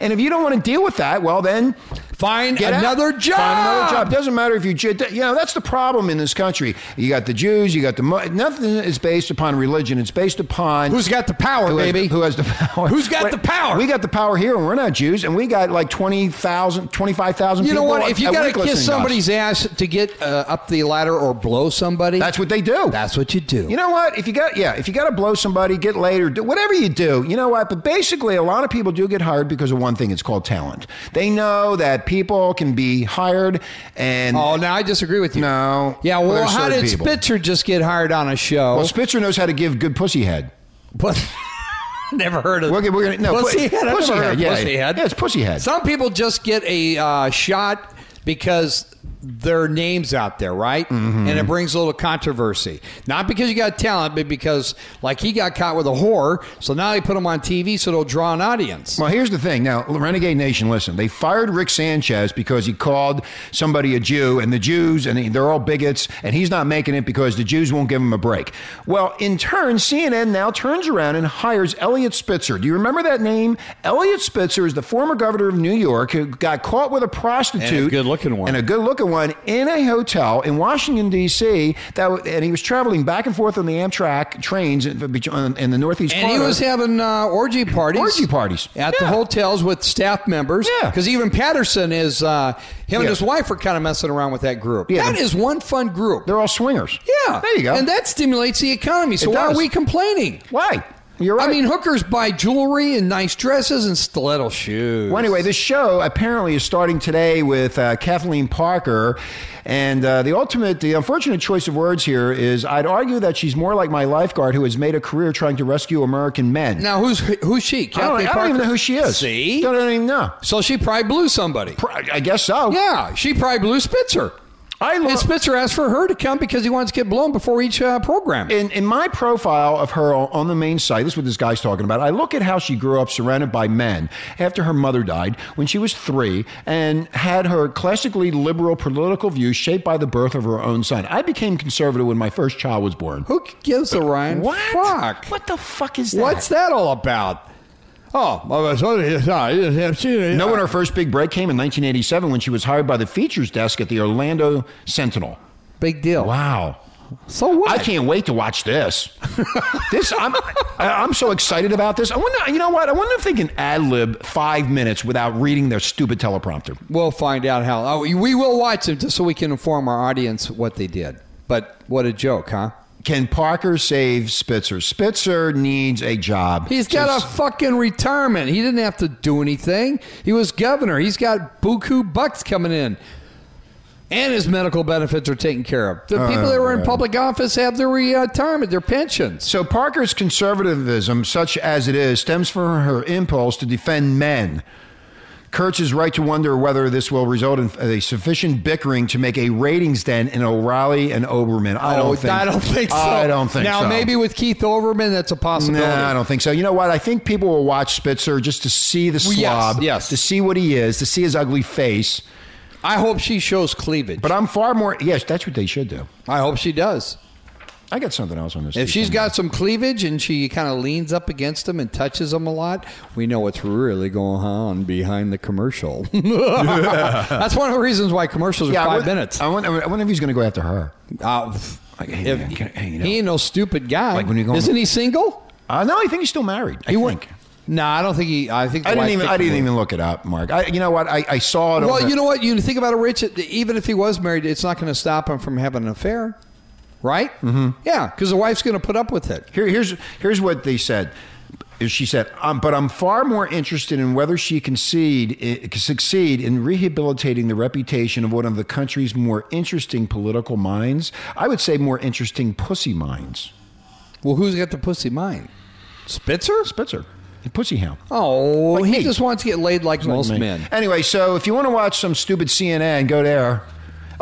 [SPEAKER 4] And if you don't want to deal with that, well, then
[SPEAKER 6] Find
[SPEAKER 4] Get out.
[SPEAKER 6] another job.
[SPEAKER 4] Find another job. Doesn't matter if you, ju- you know, that's the problem in this country. You got the Jews. You got the Mu- nothing is based upon religion. It's based upon
[SPEAKER 6] Who's got the power,
[SPEAKER 4] who has-
[SPEAKER 6] baby?
[SPEAKER 4] who has the power?
[SPEAKER 6] Who's got
[SPEAKER 4] Wait,
[SPEAKER 6] the power?
[SPEAKER 4] We got the power here, and we're not Jews, and we got like 20,000, 25,000
[SPEAKER 6] You know
[SPEAKER 4] people.
[SPEAKER 6] what? If you
[SPEAKER 4] got to
[SPEAKER 6] kiss somebody's ass to get uh, up the ladder or blow somebody,
[SPEAKER 4] that's what they do.
[SPEAKER 6] that's what you do.
[SPEAKER 4] You know what? If you got yeah, if you got to blow somebody, get laid or do whatever you do. You know what? But basically, a lot of people do get hired because of one thing. It's called talent. They know that people can be hired. And
[SPEAKER 6] Oh, now I disagree with you.
[SPEAKER 4] No.
[SPEAKER 6] Yeah,
[SPEAKER 4] Well,
[SPEAKER 6] well,
[SPEAKER 4] there's
[SPEAKER 6] how
[SPEAKER 4] certain
[SPEAKER 6] did
[SPEAKER 4] people.
[SPEAKER 6] Spitzer just get hired on a show?
[SPEAKER 4] well, Spitzer knows how to give good pussy head.
[SPEAKER 6] (laughs) But (laughs) never heard of
[SPEAKER 4] We're, gonna- we're gonna no
[SPEAKER 6] pussy
[SPEAKER 4] pu-
[SPEAKER 6] head. I've
[SPEAKER 4] Pussy
[SPEAKER 6] never heard
[SPEAKER 4] head.
[SPEAKER 6] of
[SPEAKER 4] Yeah,
[SPEAKER 6] pussy head.
[SPEAKER 4] yeah, it's pussy head.
[SPEAKER 6] Some people just get a uh, shot because their names out there, right?
[SPEAKER 4] Mm-hmm.
[SPEAKER 6] And it brings a little controversy. Not because you got talent, but because like he got caught with a whore, so now they put him on TV so they'll draw an audience.
[SPEAKER 4] Well, here's the thing. Now, Renegade Nation, listen. They fired Rick Sanchez because he called somebody a Jew, and the Jews, and they're all bigots, and he's not making it because the Jews won't give him a break. Well, in turn, CNN now turns around and hires Elliot Spitzer. Do you remember that name? Elliot Spitzer is the former governor of New York who got caught with a prostitute,
[SPEAKER 6] good-looking one.
[SPEAKER 4] and a good looking one in a hotel in Washington D.C. That w- and he was traveling back and forth on the Amtrak trains in, in the Northeast.
[SPEAKER 6] And he
[SPEAKER 4] corridor.
[SPEAKER 6] was having uh, orgy parties.
[SPEAKER 4] Orgy parties.
[SPEAKER 6] At the
[SPEAKER 4] Yeah.
[SPEAKER 6] hotels with staff members.
[SPEAKER 4] Yeah.
[SPEAKER 6] Because even Patterson is, uh, him and
[SPEAKER 4] Yeah.
[SPEAKER 6] his wife are kind of messing around with that group.
[SPEAKER 4] Yeah,
[SPEAKER 6] That
[SPEAKER 4] the-
[SPEAKER 6] is one fun group.
[SPEAKER 4] They're all swingers.
[SPEAKER 6] Yeah.
[SPEAKER 4] There you go.
[SPEAKER 6] And that stimulates the economy. So
[SPEAKER 4] It
[SPEAKER 6] why are
[SPEAKER 4] does.
[SPEAKER 6] we complaining?
[SPEAKER 4] Why? You're right.
[SPEAKER 6] I mean, hookers buy jewelry and nice dresses and stiletto shoes.
[SPEAKER 4] well, anyway, this show apparently is starting today with uh, Kathleen Parker, and uh, the ultimate, the unfortunate choice of words here is, I'd argue that she's more like my lifeguard who has made a career trying to rescue American men.
[SPEAKER 6] now who's who's she?
[SPEAKER 4] I don't,
[SPEAKER 6] Kathleen
[SPEAKER 4] I don't even
[SPEAKER 6] Parker.
[SPEAKER 4] know who she is.
[SPEAKER 6] See,
[SPEAKER 4] I don't even know.
[SPEAKER 6] so she probably blew somebody.
[SPEAKER 4] Pro- I guess so.
[SPEAKER 6] yeah, she probably blew Spitzer.
[SPEAKER 4] I
[SPEAKER 6] And
[SPEAKER 4] love.
[SPEAKER 6] Spitzer asked for her to come because he wants to get blown before each uh, program.
[SPEAKER 4] in, in my profile of her on on the main site, this is what this guy's talking about. I look at how she grew up surrounded by men after her mother died when she was three and had her classically liberal political views shaped by the birth of her own son. I became conservative when my first child was born.
[SPEAKER 6] who gives a Ryan?
[SPEAKER 4] What?
[SPEAKER 6] Fuck.
[SPEAKER 4] What the fuck is that?
[SPEAKER 6] What's that all about? Oh, well, so-
[SPEAKER 4] No, when her first big break came in 1987 when she was hired by the features desk at the Orlando Sentinel.
[SPEAKER 6] big deal.
[SPEAKER 4] Wow.
[SPEAKER 6] So what?
[SPEAKER 4] I can't wait to watch this. this I'm I, I'm so excited about this. I wonder you know what? I wonder if they can ad lib five minutes without reading their stupid teleprompter.
[SPEAKER 6] We'll find out how. Oh, we will watch them just so we can inform our audience what they did. But what a joke, huh?
[SPEAKER 4] Can Parker save Spitzer? Spitzer needs a job.
[SPEAKER 6] He's got
[SPEAKER 4] Just-
[SPEAKER 6] a fucking retirement. He didn't have to do anything. He was governor. He's got buku bucks coming in. And his medical benefits are taken care of.
[SPEAKER 4] Oh,
[SPEAKER 6] The people that were in public office have their retirement, their pensions.
[SPEAKER 4] So Parker's conservatism, such as it is, stems from her impulse to defend men. Kurtz is right to wonder whether this will result in a sufficient bickering to make a ratings den in O'Reilly and Oberman. I don't
[SPEAKER 6] Oh,
[SPEAKER 4] think.
[SPEAKER 6] I don't think so.
[SPEAKER 4] I don't think
[SPEAKER 6] now,
[SPEAKER 4] so.
[SPEAKER 6] maybe with Keith Overman, that's a possibility.
[SPEAKER 4] No, I don't think so. You know what? I think people will watch Spitzer just to see the
[SPEAKER 6] Well, yes,
[SPEAKER 4] slob,
[SPEAKER 6] yes.
[SPEAKER 4] to see what he is, to see his ugly face.
[SPEAKER 6] I hope she shows cleavage.
[SPEAKER 4] But I'm far more. Yes, that's what they should do.
[SPEAKER 6] I hope she does.
[SPEAKER 4] I got something else on this.
[SPEAKER 6] If
[SPEAKER 4] too,
[SPEAKER 6] she's
[SPEAKER 4] somewhere.
[SPEAKER 6] got some cleavage and she kind of leans up against him and touches him a lot, we know what's really going on behind the commercial. (laughs) That's one of the reasons why commercials are
[SPEAKER 4] yeah, I
[SPEAKER 6] five
[SPEAKER 4] wonder-
[SPEAKER 6] minutes.
[SPEAKER 4] I wonder, I wonder if he's going to go after her.
[SPEAKER 6] Uh,
[SPEAKER 4] Like, hey,
[SPEAKER 6] if-
[SPEAKER 4] man, can- hey, you know.
[SPEAKER 6] he ain't no stupid guy.
[SPEAKER 4] Like when you go-
[SPEAKER 6] Isn't he single?
[SPEAKER 4] Uh, no, I think he's still married. I
[SPEAKER 6] He
[SPEAKER 4] think.
[SPEAKER 6] went- No, I don't think he. I think
[SPEAKER 4] I
[SPEAKER 6] the
[SPEAKER 4] didn't
[SPEAKER 6] wife
[SPEAKER 4] even.
[SPEAKER 6] kicked
[SPEAKER 4] I didn't
[SPEAKER 6] him.
[SPEAKER 4] even look it up, Mark. I, you know what? I, I saw it.
[SPEAKER 6] Well,
[SPEAKER 4] over-
[SPEAKER 6] you know what? You think about it, Rich. it- Even if he was married, it's not going to stop him from having an affair, right? Mm-hmm. Yeah, because the wife's going to put up with it.
[SPEAKER 4] Here, here's here's what they said. She said, um, "But I'm far more interested in whether she concede, succeed in rehabilitating the reputation of one of the country's more interesting political minds. I would say more interesting pussy minds.
[SPEAKER 6] Well, who's got the pussy mind? Spitzer.
[SPEAKER 4] Spitzer, the pussy hound."
[SPEAKER 6] Oh,
[SPEAKER 4] Like
[SPEAKER 6] he
[SPEAKER 4] me.
[SPEAKER 6] just wants to get laid like most
[SPEAKER 4] Like me.
[SPEAKER 6] men.
[SPEAKER 4] Anyway, so if you want to watch some stupid CNN, go there.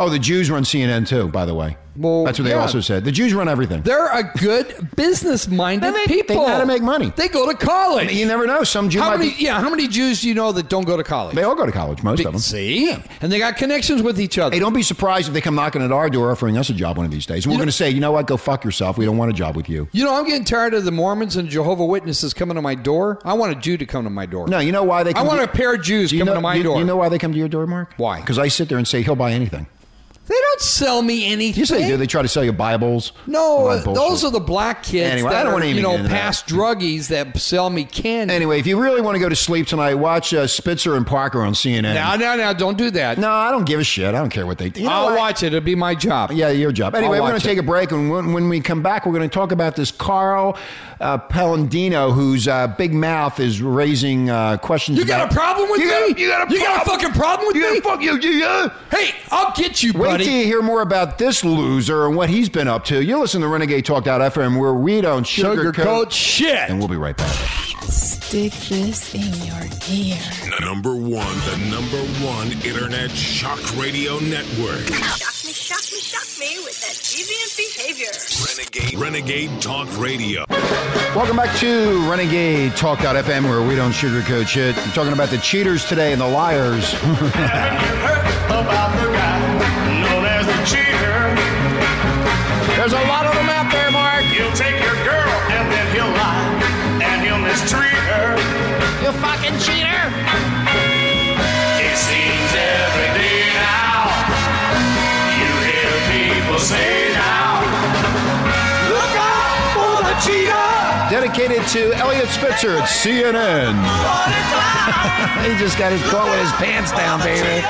[SPEAKER 4] Oh, the Jews run CNN too, by the way.
[SPEAKER 6] Well,
[SPEAKER 4] That's what they
[SPEAKER 6] yeah.
[SPEAKER 4] also said. The Jews run everything.
[SPEAKER 6] They're a good business-minded
[SPEAKER 4] They make- they
[SPEAKER 6] people.
[SPEAKER 4] know how to make money.
[SPEAKER 6] They go to college.
[SPEAKER 4] you never know. Some Jew
[SPEAKER 6] how
[SPEAKER 4] might
[SPEAKER 6] many?
[SPEAKER 4] be-
[SPEAKER 6] yeah, how many Jews do you know that don't go to college?
[SPEAKER 4] They all go to college, most of them.
[SPEAKER 6] See, and they got connections with each other.
[SPEAKER 4] Hey, don't be surprised if they come knocking at our door offering us a job one of these days. We're
[SPEAKER 6] You know-
[SPEAKER 4] going to say, you know what? Go fuck yourself. We don't want a job with you.
[SPEAKER 6] you know, I'm getting tired of the Mormons and Jehovah Witnesses coming to my door. I want a Jew to come to my door.
[SPEAKER 4] No, you know why they.
[SPEAKER 6] I
[SPEAKER 4] Come
[SPEAKER 6] want
[SPEAKER 4] to,
[SPEAKER 6] a pair of Jews
[SPEAKER 4] Do you
[SPEAKER 6] coming
[SPEAKER 4] know-
[SPEAKER 6] to my
[SPEAKER 4] you-
[SPEAKER 6] door.
[SPEAKER 4] You know why they come to your door, Mark?
[SPEAKER 6] Why?
[SPEAKER 4] Because I sit there and say he'll buy anything.
[SPEAKER 6] They don't sell me anything.
[SPEAKER 4] Yes, they do. They try to sell you Bibles.
[SPEAKER 6] No,
[SPEAKER 4] All
[SPEAKER 6] uh,
[SPEAKER 4] that bullshit.
[SPEAKER 6] those are the black kids
[SPEAKER 4] Anyway,
[SPEAKER 6] that
[SPEAKER 4] I don't
[SPEAKER 6] are,
[SPEAKER 4] wanna even
[SPEAKER 6] you know,
[SPEAKER 4] get into that.
[SPEAKER 6] past druggies that sell me candy.
[SPEAKER 4] Anyway, if you really want to go to sleep tonight, watch uh, Spitzer and Parker on CNN.
[SPEAKER 6] Now, now, now, don't do that.
[SPEAKER 4] no, I don't give a shit. I don't care what they. You know
[SPEAKER 6] I'll
[SPEAKER 4] what?
[SPEAKER 6] watch it. It'll be my job.
[SPEAKER 4] Yeah, your job. Anyway,
[SPEAKER 6] I'll
[SPEAKER 4] we're going
[SPEAKER 6] watch
[SPEAKER 4] to take
[SPEAKER 6] it.
[SPEAKER 4] a break, and when, when we come back, we're going to talk about this Carl uh, Palladino, whose uh, big mouth is raising uh, questions.
[SPEAKER 6] You got
[SPEAKER 4] about-
[SPEAKER 6] a problem with
[SPEAKER 4] you
[SPEAKER 6] me?
[SPEAKER 4] Got a, you got a
[SPEAKER 6] You got a
[SPEAKER 4] problem.
[SPEAKER 6] fucking problem with
[SPEAKER 4] you got a
[SPEAKER 6] me?
[SPEAKER 4] fuck you, you, you.
[SPEAKER 6] Hey, I'll get you,
[SPEAKER 4] Wait
[SPEAKER 6] buddy.
[SPEAKER 4] till you hear more about this loser and what he's been up to. You listen to Renegade FM, where we don't
[SPEAKER 6] Sugar
[SPEAKER 4] sugarcoat,
[SPEAKER 6] coat shit.
[SPEAKER 4] and we'll be right back.
[SPEAKER 1] Stick this in your ear.
[SPEAKER 2] Number one, the number one internet shock radio network.
[SPEAKER 3] Shock me, shock me, shock me with that deviant behavior.
[SPEAKER 2] Renegade, Renegade Talk Radio.
[SPEAKER 4] Welcome back to Renegade Talk.fm, where we don't sugarcoat shit. We're talking about the cheaters today and the liars. (laughs)
[SPEAKER 5] About the guy known as the cheater.
[SPEAKER 4] There's a lot of them out there, Mark.
[SPEAKER 5] He'll take your girl and then he'll lie and he'll mistreat her.
[SPEAKER 4] You fucking cheater.
[SPEAKER 5] It seems every day now you hear people say now. Look out for the cheater.
[SPEAKER 4] Dedicated to Elliot Spitzer at CNN. He just got his caught with his pants down, baby.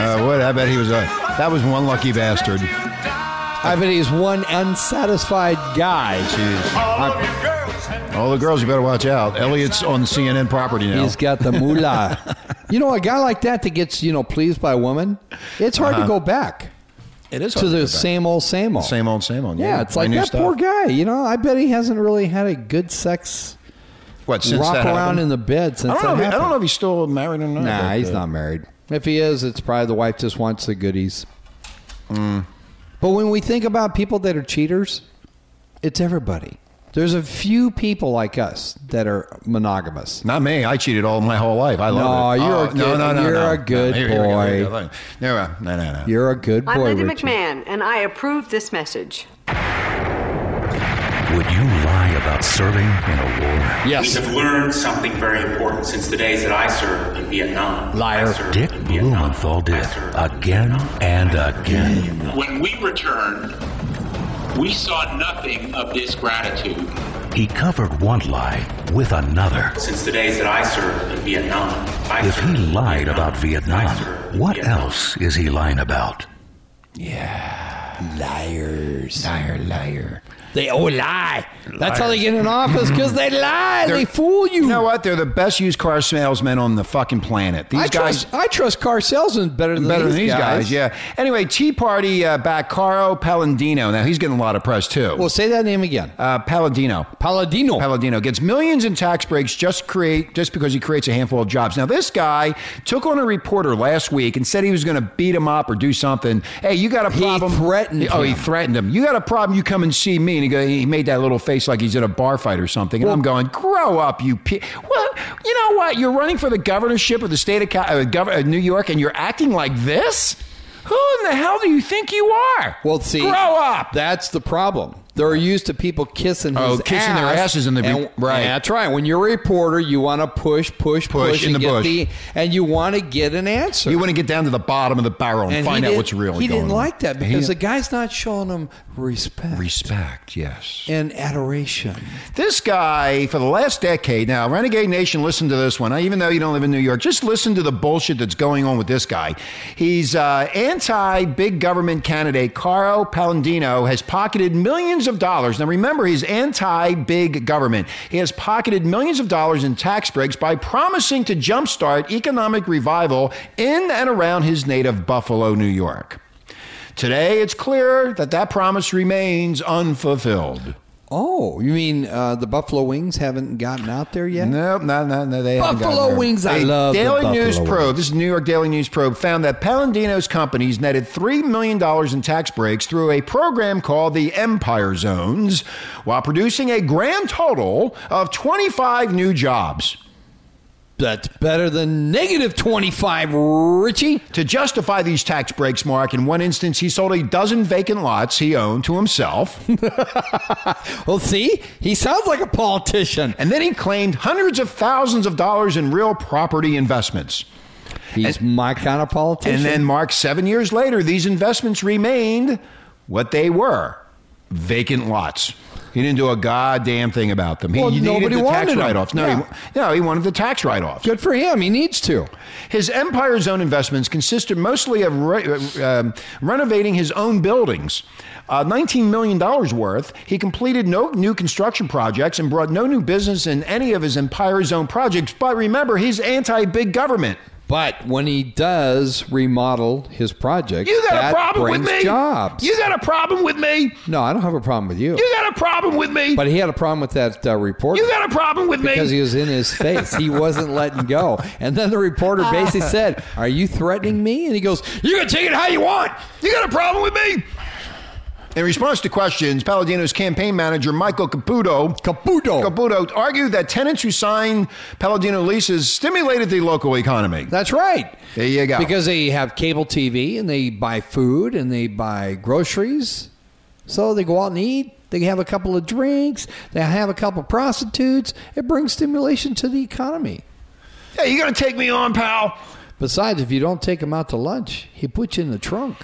[SPEAKER 4] Uh, what? I bet he was a. That was one lucky bastard.
[SPEAKER 6] I bet he's one unsatisfied guy.
[SPEAKER 4] Jeez.
[SPEAKER 5] All of your girls have
[SPEAKER 4] All the girls, you better watch out. Elliot's on CNN property now.
[SPEAKER 6] He's got the
[SPEAKER 4] (laughs)
[SPEAKER 6] moolah. you know, a guy like that that gets you know pleased by a woman, it's hard to go back
[SPEAKER 4] Uh-huh. it is
[SPEAKER 6] to
[SPEAKER 4] hard
[SPEAKER 6] the
[SPEAKER 4] go back.
[SPEAKER 6] same old same old.
[SPEAKER 4] same old, same old.
[SPEAKER 6] Yeah, it's like
[SPEAKER 4] brand new
[SPEAKER 6] that
[SPEAKER 4] stuff.
[SPEAKER 6] poor guy. You know, I bet he hasn't really had a good sex
[SPEAKER 4] What since
[SPEAKER 6] rock
[SPEAKER 4] that
[SPEAKER 6] around
[SPEAKER 4] happened?
[SPEAKER 6] in the bed since
[SPEAKER 4] I don't, know
[SPEAKER 6] that
[SPEAKER 4] if, I
[SPEAKER 6] happened.
[SPEAKER 4] don't know if he's still married or not.
[SPEAKER 6] Nah,
[SPEAKER 4] but,
[SPEAKER 6] he's
[SPEAKER 4] uh,
[SPEAKER 6] not married. If he is, it's probably the wife just wants the goodies.
[SPEAKER 4] Mm.
[SPEAKER 6] But when we think about people that are cheaters, it's everybody. There's a few people like us that are monogamous.
[SPEAKER 4] Not me. I cheated all my whole life. I
[SPEAKER 6] No,
[SPEAKER 4] love it.
[SPEAKER 6] you're a
[SPEAKER 4] oh, no,
[SPEAKER 6] good-
[SPEAKER 4] no, no,
[SPEAKER 6] you're
[SPEAKER 4] no.
[SPEAKER 6] a good
[SPEAKER 4] no, here- here we go, here we
[SPEAKER 6] boy.
[SPEAKER 4] go. No, no, no, no.
[SPEAKER 6] You're a good boy.
[SPEAKER 8] I'm Linda
[SPEAKER 6] Richie.
[SPEAKER 8] McMahon, and I approve this message.
[SPEAKER 9] Would you lie about serving in a war?
[SPEAKER 10] We
[SPEAKER 6] Yes.
[SPEAKER 10] have learned something very important since the days that I served in Vietnam.
[SPEAKER 6] Liar.
[SPEAKER 10] I served
[SPEAKER 9] Dick
[SPEAKER 10] in Vietnam.
[SPEAKER 9] Blumenthal did
[SPEAKER 10] I served in
[SPEAKER 9] again
[SPEAKER 10] Vietnam.
[SPEAKER 9] and again.
[SPEAKER 10] When we returned, we saw nothing of this gratitude
[SPEAKER 9] He covered one lie with another.
[SPEAKER 10] since the days that I served in Vietnam. I
[SPEAKER 9] If he
[SPEAKER 10] served in
[SPEAKER 9] lied about
[SPEAKER 10] I
[SPEAKER 9] Vietnam,
[SPEAKER 10] served in
[SPEAKER 9] what
[SPEAKER 10] Vietnam.
[SPEAKER 9] else is he lying about?
[SPEAKER 6] Liars.
[SPEAKER 4] liar, liar.
[SPEAKER 6] They all lie. That's how they get in office because they lie.
[SPEAKER 4] They're-
[SPEAKER 6] they fool you.
[SPEAKER 4] You know what? They're the best used car salesmen on the fucking planet. These
[SPEAKER 6] I
[SPEAKER 4] guys.
[SPEAKER 6] trust, I trust car salesmen better than
[SPEAKER 4] Better
[SPEAKER 6] these
[SPEAKER 4] than these guys.
[SPEAKER 6] guys.
[SPEAKER 4] yeah. Anyway, Tea Party uh, back, Caro Palladino. Now, he's getting a lot of press, too.
[SPEAKER 6] Well, say that name again.
[SPEAKER 4] uh, Palladino.
[SPEAKER 6] Palladino.
[SPEAKER 4] Palladino gets millions in tax breaks just create just because he creates a handful of jobs. Now this guy took on a reporter last week and said he was going to beat him up or do something. Hey, you got a
[SPEAKER 6] He
[SPEAKER 4] problem?
[SPEAKER 6] threatened
[SPEAKER 4] Oh, he
[SPEAKER 6] him.
[SPEAKER 4] threatened him. You got a problem? You come and see me. And he, go, he made that little face like he's at a bar fight or something. And I'm going, grow up, you. P-. Well, you know what? You're running for the governorship of the state of Ca- uh, gov- uh, New York, and you're acting like this. Who in the hell do you think you are?
[SPEAKER 6] Well, see,
[SPEAKER 4] grow up.
[SPEAKER 6] That's the problem. They're used to people kissing
[SPEAKER 4] Oh,
[SPEAKER 6] his
[SPEAKER 4] kissing their asses in the be-
[SPEAKER 6] and-
[SPEAKER 4] right.
[SPEAKER 6] and that's right. When you're a reporter, you want to push, push, push,
[SPEAKER 4] Push in
[SPEAKER 6] and
[SPEAKER 4] the
[SPEAKER 6] get
[SPEAKER 4] bush.
[SPEAKER 6] and you want to get an answer.
[SPEAKER 4] You want to get down to the bottom of the barrel and,
[SPEAKER 6] and he
[SPEAKER 4] find out
[SPEAKER 6] did-
[SPEAKER 4] what's really
[SPEAKER 6] He
[SPEAKER 4] going
[SPEAKER 6] didn't
[SPEAKER 4] on.
[SPEAKER 6] like that
[SPEAKER 4] He
[SPEAKER 6] because the
[SPEAKER 4] didn't-
[SPEAKER 6] guy's not showing him respect,
[SPEAKER 4] respect, yes.
[SPEAKER 6] and adoration.
[SPEAKER 4] This guy, for the last decade now, Renegade Nation, listen to this one. Even though you don't live in New York, just listen to the bullshit that's going on with this guy. He's uh, anti big government candidate Caro Palladino has pocketed millions of dollars. Now remember, he's anti big government. He has pocketed millions of dollars in tax breaks by promising to jumpstart economic revival in and around his native Buffalo, New York. Today, it's clear that that promise remains unfulfilled.
[SPEAKER 6] Oh, you mean uh, the Buffalo Wings haven't gotten out there yet?
[SPEAKER 4] No, no, no, no. They haven't
[SPEAKER 6] Buffalo
[SPEAKER 4] gotten there.
[SPEAKER 6] Wings, I
[SPEAKER 4] Hey,
[SPEAKER 6] love the
[SPEAKER 4] Daily
[SPEAKER 6] Buffalo
[SPEAKER 4] News
[SPEAKER 6] Wings.
[SPEAKER 4] Probe. This is New York Daily News Probe found that Palladino's companies netted three million dollars in tax breaks through a program called the Empire Zones, while producing a grand total of twenty-five new jobs.
[SPEAKER 6] That's better than negative twenty-five, Richie.
[SPEAKER 4] To justify these tax breaks, Mark, in one instance, he sold a dozen vacant lots he owned to himself.
[SPEAKER 6] (laughs) Well, see, he sounds like a politician.
[SPEAKER 4] And then he claimed hundreds of thousands of dollars in real property investments.
[SPEAKER 6] He's my kind of politician.
[SPEAKER 4] And then, Mark, seven years later, these investments remained what they were vacant lots. He didn't do a goddamn thing about them. He
[SPEAKER 6] Well,
[SPEAKER 4] needed
[SPEAKER 6] nobody
[SPEAKER 4] the tax
[SPEAKER 6] wanted 'em.
[SPEAKER 4] write offs. No,
[SPEAKER 6] Yeah.
[SPEAKER 4] he, no, he wanted the tax write offs.
[SPEAKER 6] good for him. He needs to.
[SPEAKER 4] His Empire Zone investments consisted mostly of re- uh, um, renovating his own buildings. Uh, $19 million worth. He completed no new construction projects and brought no new business in any of his Empire Zone projects. But remember, he's anti big government.
[SPEAKER 6] But when he does remodel his project,
[SPEAKER 4] You got
[SPEAKER 6] that
[SPEAKER 4] a problem with
[SPEAKER 6] brings
[SPEAKER 4] me?
[SPEAKER 6] jobs.
[SPEAKER 4] You got a problem with me?
[SPEAKER 6] no, I don't have a problem with you.
[SPEAKER 4] You got a problem with me?
[SPEAKER 6] but he had a problem with that uh, reporter.
[SPEAKER 4] you got a problem with me?
[SPEAKER 6] because he was in his face. He wasn't letting go. And then the reporter basically
[SPEAKER 4] Ah.
[SPEAKER 6] said, Are you threatening me? And he goes, You can take it how you want.
[SPEAKER 4] You got a problem with me? In response to questions, Palladino's campaign manager, Michael Caputo,
[SPEAKER 6] Caputo.
[SPEAKER 4] Caputo argued that tenants who signed Palladino leases stimulated the local economy.
[SPEAKER 6] That's right.
[SPEAKER 4] There you go.
[SPEAKER 6] Because they have cable TV and they buy food and they buy groceries. So they go out and eat. They have a couple of drinks. They have a couple of prostitutes. It brings stimulation to the economy.
[SPEAKER 4] hey, you gonna take me on, pal?
[SPEAKER 6] Besides, if you don't take him out to lunch, he puts you in the trunk.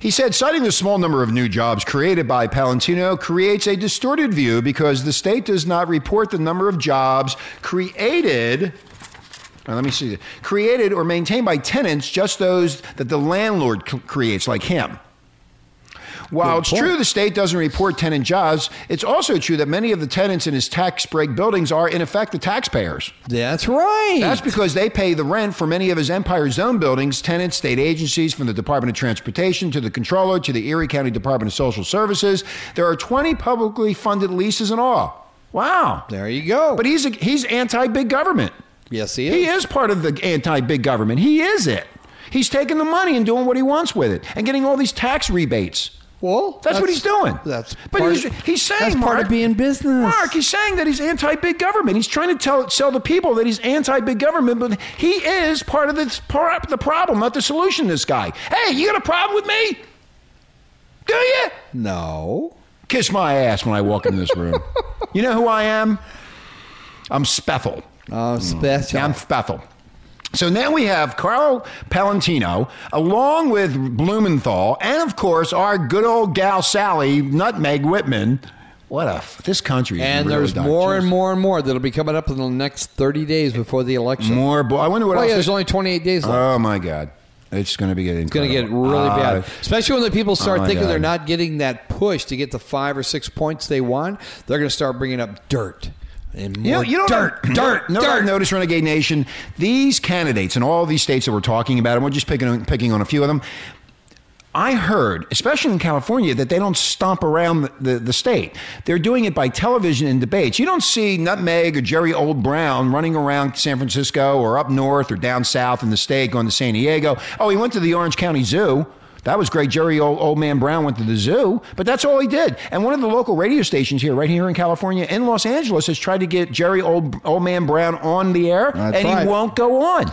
[SPEAKER 4] He said, citing the small number of new jobs created by Palantino creates a distorted view because the state does not report the number of jobs created. uh, let me see. Created or maintained by tenants, just those that the landlord c- creates, like him. While
[SPEAKER 6] Good
[SPEAKER 4] it's
[SPEAKER 6] point.
[SPEAKER 4] true the state doesn't report tenant jobs, it's also true that many of the tenants in his tax break buildings are, in effect, the taxpayers.
[SPEAKER 6] That's right.
[SPEAKER 4] That's because they pay the rent for many of his Empire Zone buildings, tenants, state agencies, from the Department of Transportation to the Controller to the Erie County Department of Social Services. There are 20 publicly funded leases in all. Wow.
[SPEAKER 6] there you go.
[SPEAKER 4] But he's, a, he's anti big government.
[SPEAKER 6] yes, he is.
[SPEAKER 4] He is part of the anti big government. He is it. He's taking the money and doing what he wants with it and getting all these tax rebates.
[SPEAKER 6] Well,
[SPEAKER 4] That's, what he's doing.
[SPEAKER 6] That's
[SPEAKER 4] but
[SPEAKER 6] part-
[SPEAKER 4] he's, he's saying
[SPEAKER 6] that's
[SPEAKER 4] Mark,
[SPEAKER 6] part of being business.
[SPEAKER 4] Mark, he's saying that he's anti-big government. He's trying to tell sell the people that he's anti-big government, but he is part of the part of the problem, not the solution. This guy. Hey, you got a problem with me? Do you?
[SPEAKER 6] no.
[SPEAKER 4] Kiss my ass when I walk into this
[SPEAKER 6] (laughs)
[SPEAKER 4] room. you know who I am? I'm Speffel. Mm.
[SPEAKER 6] Uh, special.
[SPEAKER 4] Yeah, I'm Bethel. So now we have Carlo Palantino, along with Blumenthal, and of course our good old gal Sally Nutmeg Whitman. What a f- this country! is
[SPEAKER 6] and
[SPEAKER 4] really
[SPEAKER 6] there's
[SPEAKER 4] done.
[SPEAKER 6] more and
[SPEAKER 4] Jeez.
[SPEAKER 6] more and more that'll be coming up in the next 30 days before the election.
[SPEAKER 4] more. Bo- I wonder what
[SPEAKER 6] oh, yeah,
[SPEAKER 4] else.
[SPEAKER 6] there's only 28 days left.
[SPEAKER 4] oh my God, it's going to be getting. Uh,
[SPEAKER 6] it's going to get really bad, especially when the people start
[SPEAKER 4] Oh, my
[SPEAKER 6] thinking
[SPEAKER 4] God.
[SPEAKER 6] they're not getting that push to get the five or six points they want. They're going to start bringing up dirt and
[SPEAKER 4] You, know,
[SPEAKER 6] more
[SPEAKER 4] you don't
[SPEAKER 6] dirt, dirt,
[SPEAKER 4] No,
[SPEAKER 6] dirt.
[SPEAKER 4] notice Renegade Nation. These candidates in all these states that we're talking about, and we're just picking on, picking on a few of them. I heard, especially in California, that they don't stomp around the, the, the state. They're doing it by television and debates. You don't see Nutmeg or Jerry Old Brown running around San Francisco or up north or down south in the state going to San Diego. Oh, he went to the Orange County Zoo. That was great. Jerry Old, Old Man Brown went to the zoo, but that's all he did. And one of the local radio stations here, right here in California, in Los Angeles, has tried to get Jerry Old, Old Man Brown on the air,
[SPEAKER 6] That's
[SPEAKER 4] and
[SPEAKER 6] right.
[SPEAKER 4] he won't go on.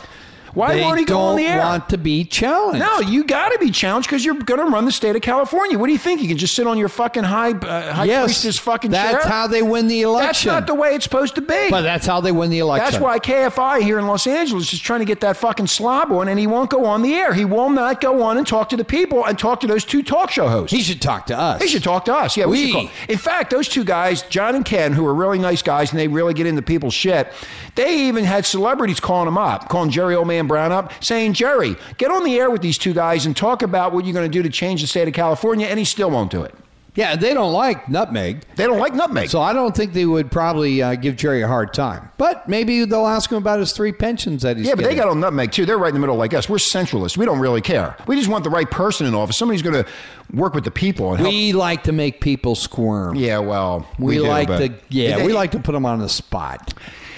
[SPEAKER 4] Why
[SPEAKER 6] they
[SPEAKER 4] won't he
[SPEAKER 6] don't
[SPEAKER 4] go on the air?
[SPEAKER 6] want to be challenged.
[SPEAKER 4] No, you got to be challenged because you're going to run the state of California. What do you think? You can just sit on your fucking high, uh, high
[SPEAKER 6] yes,
[SPEAKER 4] priestess fucking chair?
[SPEAKER 6] that's how they win the
[SPEAKER 4] That's
[SPEAKER 6] election.
[SPEAKER 4] not the way it's supposed to be.
[SPEAKER 6] But that's how they win the election.
[SPEAKER 4] That's why KFI here in Los Angeles is trying to get that fucking slob on, and he won't go on the air. He will not go on and talk to the people and talk to those two talk show hosts.
[SPEAKER 6] He should talk to us.
[SPEAKER 4] They should talk to us. Yeah, we, should
[SPEAKER 6] We.
[SPEAKER 4] call. In fact, those two guys, John and Ken, who are really nice guys and they really get into people's shit, they even had celebrities calling them up, calling Jerry Old Man Brown up, saying, Jerry, get on the air with these two guys and talk about what you're going to do to change the state of California, and he still won't do it.
[SPEAKER 6] Yeah, they don't like nutmeg,
[SPEAKER 4] They don't like nutmeg.
[SPEAKER 6] so I don't think they would probably uh, give Jerry a hard time. But maybe they'll ask him about his three pensions that he's
[SPEAKER 4] yeah, but they
[SPEAKER 6] getting.
[SPEAKER 4] got on nutmeg too. They're right in the middle like us. We're centralists. We don't really care. We just want the right person in office. Somebody's going to work with the people and help.
[SPEAKER 6] We like to make people squirm.
[SPEAKER 4] yeah, well,
[SPEAKER 6] we,
[SPEAKER 4] do,
[SPEAKER 6] like
[SPEAKER 4] but-
[SPEAKER 6] to. Yeah,
[SPEAKER 4] They-
[SPEAKER 6] we like to put them on the spot.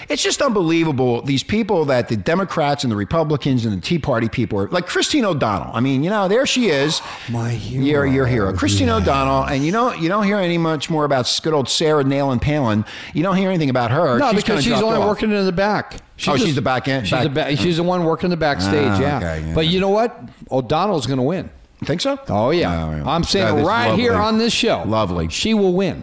[SPEAKER 4] It's just unbelievable. These people that the Democrats and the Republicans and the Tea Party people are like Christine O'Donnell. I mean, you know, there she is.
[SPEAKER 6] My hero.
[SPEAKER 4] Your, your hero, Christine O'Donnell. And you don't you don't hear any much more about good old Sarah Nalen Palin. You don't hear anything about her.
[SPEAKER 6] No,
[SPEAKER 4] She's kinda
[SPEAKER 6] because she's
[SPEAKER 4] dropped
[SPEAKER 6] only
[SPEAKER 4] off.
[SPEAKER 6] working in the back. She
[SPEAKER 4] Oh, she's the back end-
[SPEAKER 6] She's,
[SPEAKER 4] back-
[SPEAKER 6] the, ba- she's the one working the backstage.
[SPEAKER 4] Ah,
[SPEAKER 6] yeah.
[SPEAKER 4] okay, yeah.
[SPEAKER 6] but you know what? O'Donnell's going to win.
[SPEAKER 4] Think so?
[SPEAKER 6] Oh yeah,
[SPEAKER 4] No,
[SPEAKER 6] I'm saying
[SPEAKER 4] That is
[SPEAKER 6] right
[SPEAKER 4] lovely.
[SPEAKER 6] here on this show.
[SPEAKER 4] Lovely.
[SPEAKER 6] She will win.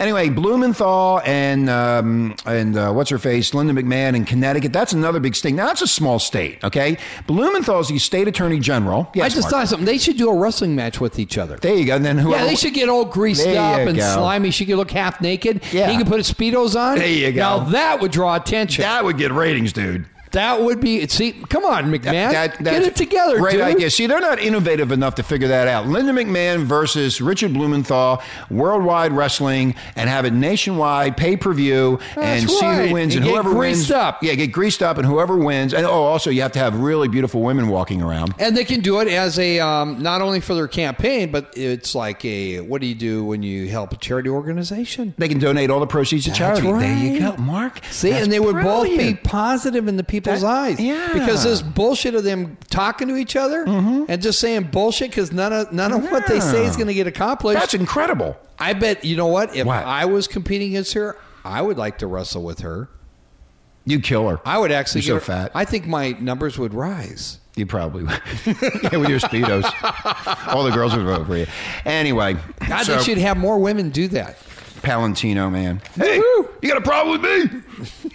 [SPEAKER 4] Anyway, Blumenthal and um, and uh, what's her face, Linda McMahon in Connecticut. That's another big state. Now that's a small state. Okay, Blumenthal is the state attorney general. Yes,
[SPEAKER 6] I just
[SPEAKER 4] Mark.
[SPEAKER 6] thought of something. They should do a wrestling match with each other.
[SPEAKER 4] There you go. And then whoever.
[SPEAKER 6] yeah, they should get all greased
[SPEAKER 4] There
[SPEAKER 6] up
[SPEAKER 4] you
[SPEAKER 6] and
[SPEAKER 4] go.
[SPEAKER 6] slimy. She could look half naked.
[SPEAKER 4] Yeah.
[SPEAKER 6] He could put his Speedos on.
[SPEAKER 4] There you go.
[SPEAKER 6] Now that would draw attention. That,
[SPEAKER 4] That would get ratings, dude.
[SPEAKER 6] would be, see, come on, McMahon.
[SPEAKER 4] That- that-
[SPEAKER 6] get it together,
[SPEAKER 4] Great
[SPEAKER 6] dude.
[SPEAKER 4] idea. See, they're not innovative enough to figure that out. Linda McMahon versus Richard Blumenthal, worldwide wrestling, and have it nationwide, pay per view, and
[SPEAKER 6] That's
[SPEAKER 4] see
[SPEAKER 6] right.
[SPEAKER 4] who wins.
[SPEAKER 6] And
[SPEAKER 4] And,
[SPEAKER 6] get
[SPEAKER 4] whoever wins,
[SPEAKER 6] greased up.
[SPEAKER 4] yeah, get greased up, and whoever wins. And oh, also you have to have really beautiful women walking around.
[SPEAKER 6] And they can do it as a um, not only for their campaign, but it's like a what do you do when you help a charity organization?
[SPEAKER 4] They can donate all the proceeds to
[SPEAKER 6] That's
[SPEAKER 4] charity. There you go,
[SPEAKER 6] right.
[SPEAKER 4] Mark.
[SPEAKER 6] See,
[SPEAKER 4] That's
[SPEAKER 6] and they would both be
[SPEAKER 4] brilliant.
[SPEAKER 6] positive in the people's
[SPEAKER 4] That-
[SPEAKER 6] eyes.
[SPEAKER 4] yeah. Mm-hmm.
[SPEAKER 6] Because this bullshit of them talking to each other and just saying bullshit because none of none of what they say is
[SPEAKER 4] Yeah.
[SPEAKER 6] going to get accomplished.
[SPEAKER 4] That's incredible.
[SPEAKER 6] I bet you know what? If
[SPEAKER 4] What?
[SPEAKER 6] I was competing against her, I would like to wrestle with her.
[SPEAKER 4] You kill her.
[SPEAKER 6] I would actually.
[SPEAKER 4] You're
[SPEAKER 6] get
[SPEAKER 4] so
[SPEAKER 6] her-
[SPEAKER 4] fat.
[SPEAKER 6] I think my numbers would rise.
[SPEAKER 4] You probably would. (laughs) yeah, with your speedos, all the girls would vote for you. Anyway,
[SPEAKER 6] I
[SPEAKER 4] so-
[SPEAKER 6] think she'd have more women do that.
[SPEAKER 4] Palantino, man. Hey, you got a problem with me?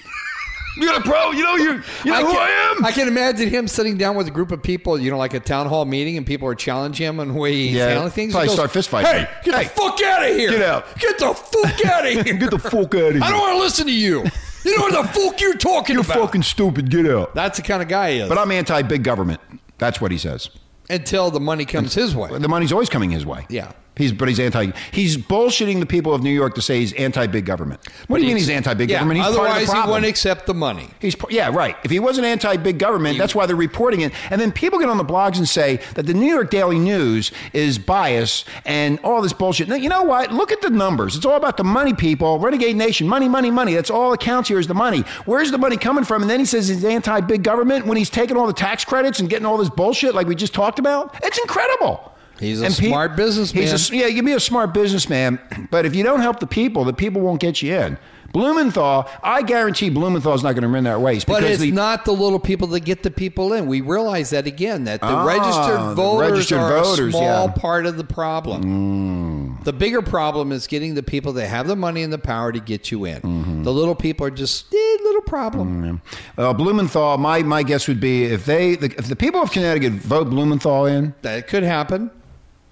[SPEAKER 4] you got a problem? You know you. You know who
[SPEAKER 6] can,
[SPEAKER 4] I am.
[SPEAKER 6] I can imagine him sitting down with a group of people, you know, like a town hall meeting, and people are challenging him on way he's
[SPEAKER 4] Yeah,
[SPEAKER 6] handling things. He
[SPEAKER 4] probably
[SPEAKER 6] goes,
[SPEAKER 4] start fist fighting.
[SPEAKER 6] Hey, get
[SPEAKER 4] Hey,
[SPEAKER 6] the fuck out of here!
[SPEAKER 4] get out.
[SPEAKER 6] Get the fuck
[SPEAKER 4] (laughs)
[SPEAKER 6] out of here!
[SPEAKER 4] Get the fuck out of here!
[SPEAKER 6] I don't want to listen to you. You know what the fuck you're talking
[SPEAKER 4] You're
[SPEAKER 6] about?
[SPEAKER 4] fucking stupid. Get out.
[SPEAKER 6] That's the kind of guy he is.
[SPEAKER 4] But I'm anti big government. That's what he says.
[SPEAKER 6] Until the money comes his way.
[SPEAKER 4] The money's always coming his way.
[SPEAKER 6] Yeah.
[SPEAKER 4] He's but he's anti. He's bullshitting the people of New York to say he's anti big government. What do you mean he's anti big
[SPEAKER 6] Yeah,
[SPEAKER 4] government? He's
[SPEAKER 6] otherwise,
[SPEAKER 4] part of the
[SPEAKER 6] he
[SPEAKER 4] problem.
[SPEAKER 6] wouldn't accept the money.
[SPEAKER 4] He's yeah, right. If he wasn't anti-big government, that's why they're reporting it. And then people get on the blogs and say that the New York Daily News is biased and all this bullshit. Now, you know what? Look at the numbers. It's all about the money, people. Renegade Nation, money, money, money. That's all that counts here is the money. Where's the money coming from? And then he says he's anti-big government when he's taking all the tax credits and getting all this bullshit like we just talked about. It's incredible.
[SPEAKER 6] He's a
[SPEAKER 4] pe-
[SPEAKER 6] smart businessman.
[SPEAKER 4] He's a, yeah, you can be a smart businessman, (clears throat) but if you don't help the people, the people won't get you in. Blumenthal, I guarantee Blumenthal's not going to run that race.
[SPEAKER 6] But
[SPEAKER 4] because
[SPEAKER 6] it's
[SPEAKER 4] the,
[SPEAKER 6] not the little people that get the people in. We realize that again that the
[SPEAKER 4] Ah, the
[SPEAKER 6] registered voters
[SPEAKER 4] registered
[SPEAKER 6] are
[SPEAKER 4] voters,
[SPEAKER 6] a small
[SPEAKER 4] yeah. Mm.
[SPEAKER 6] part of the problem. The bigger problem is getting the people that have the money and the power to get you in.
[SPEAKER 4] Mm-hmm.
[SPEAKER 6] The little people are just eh, little problem.
[SPEAKER 4] Uh, Blumenthal, my, my guess would be if they the, if the people of Connecticut vote Blumenthal in,
[SPEAKER 6] That could happen.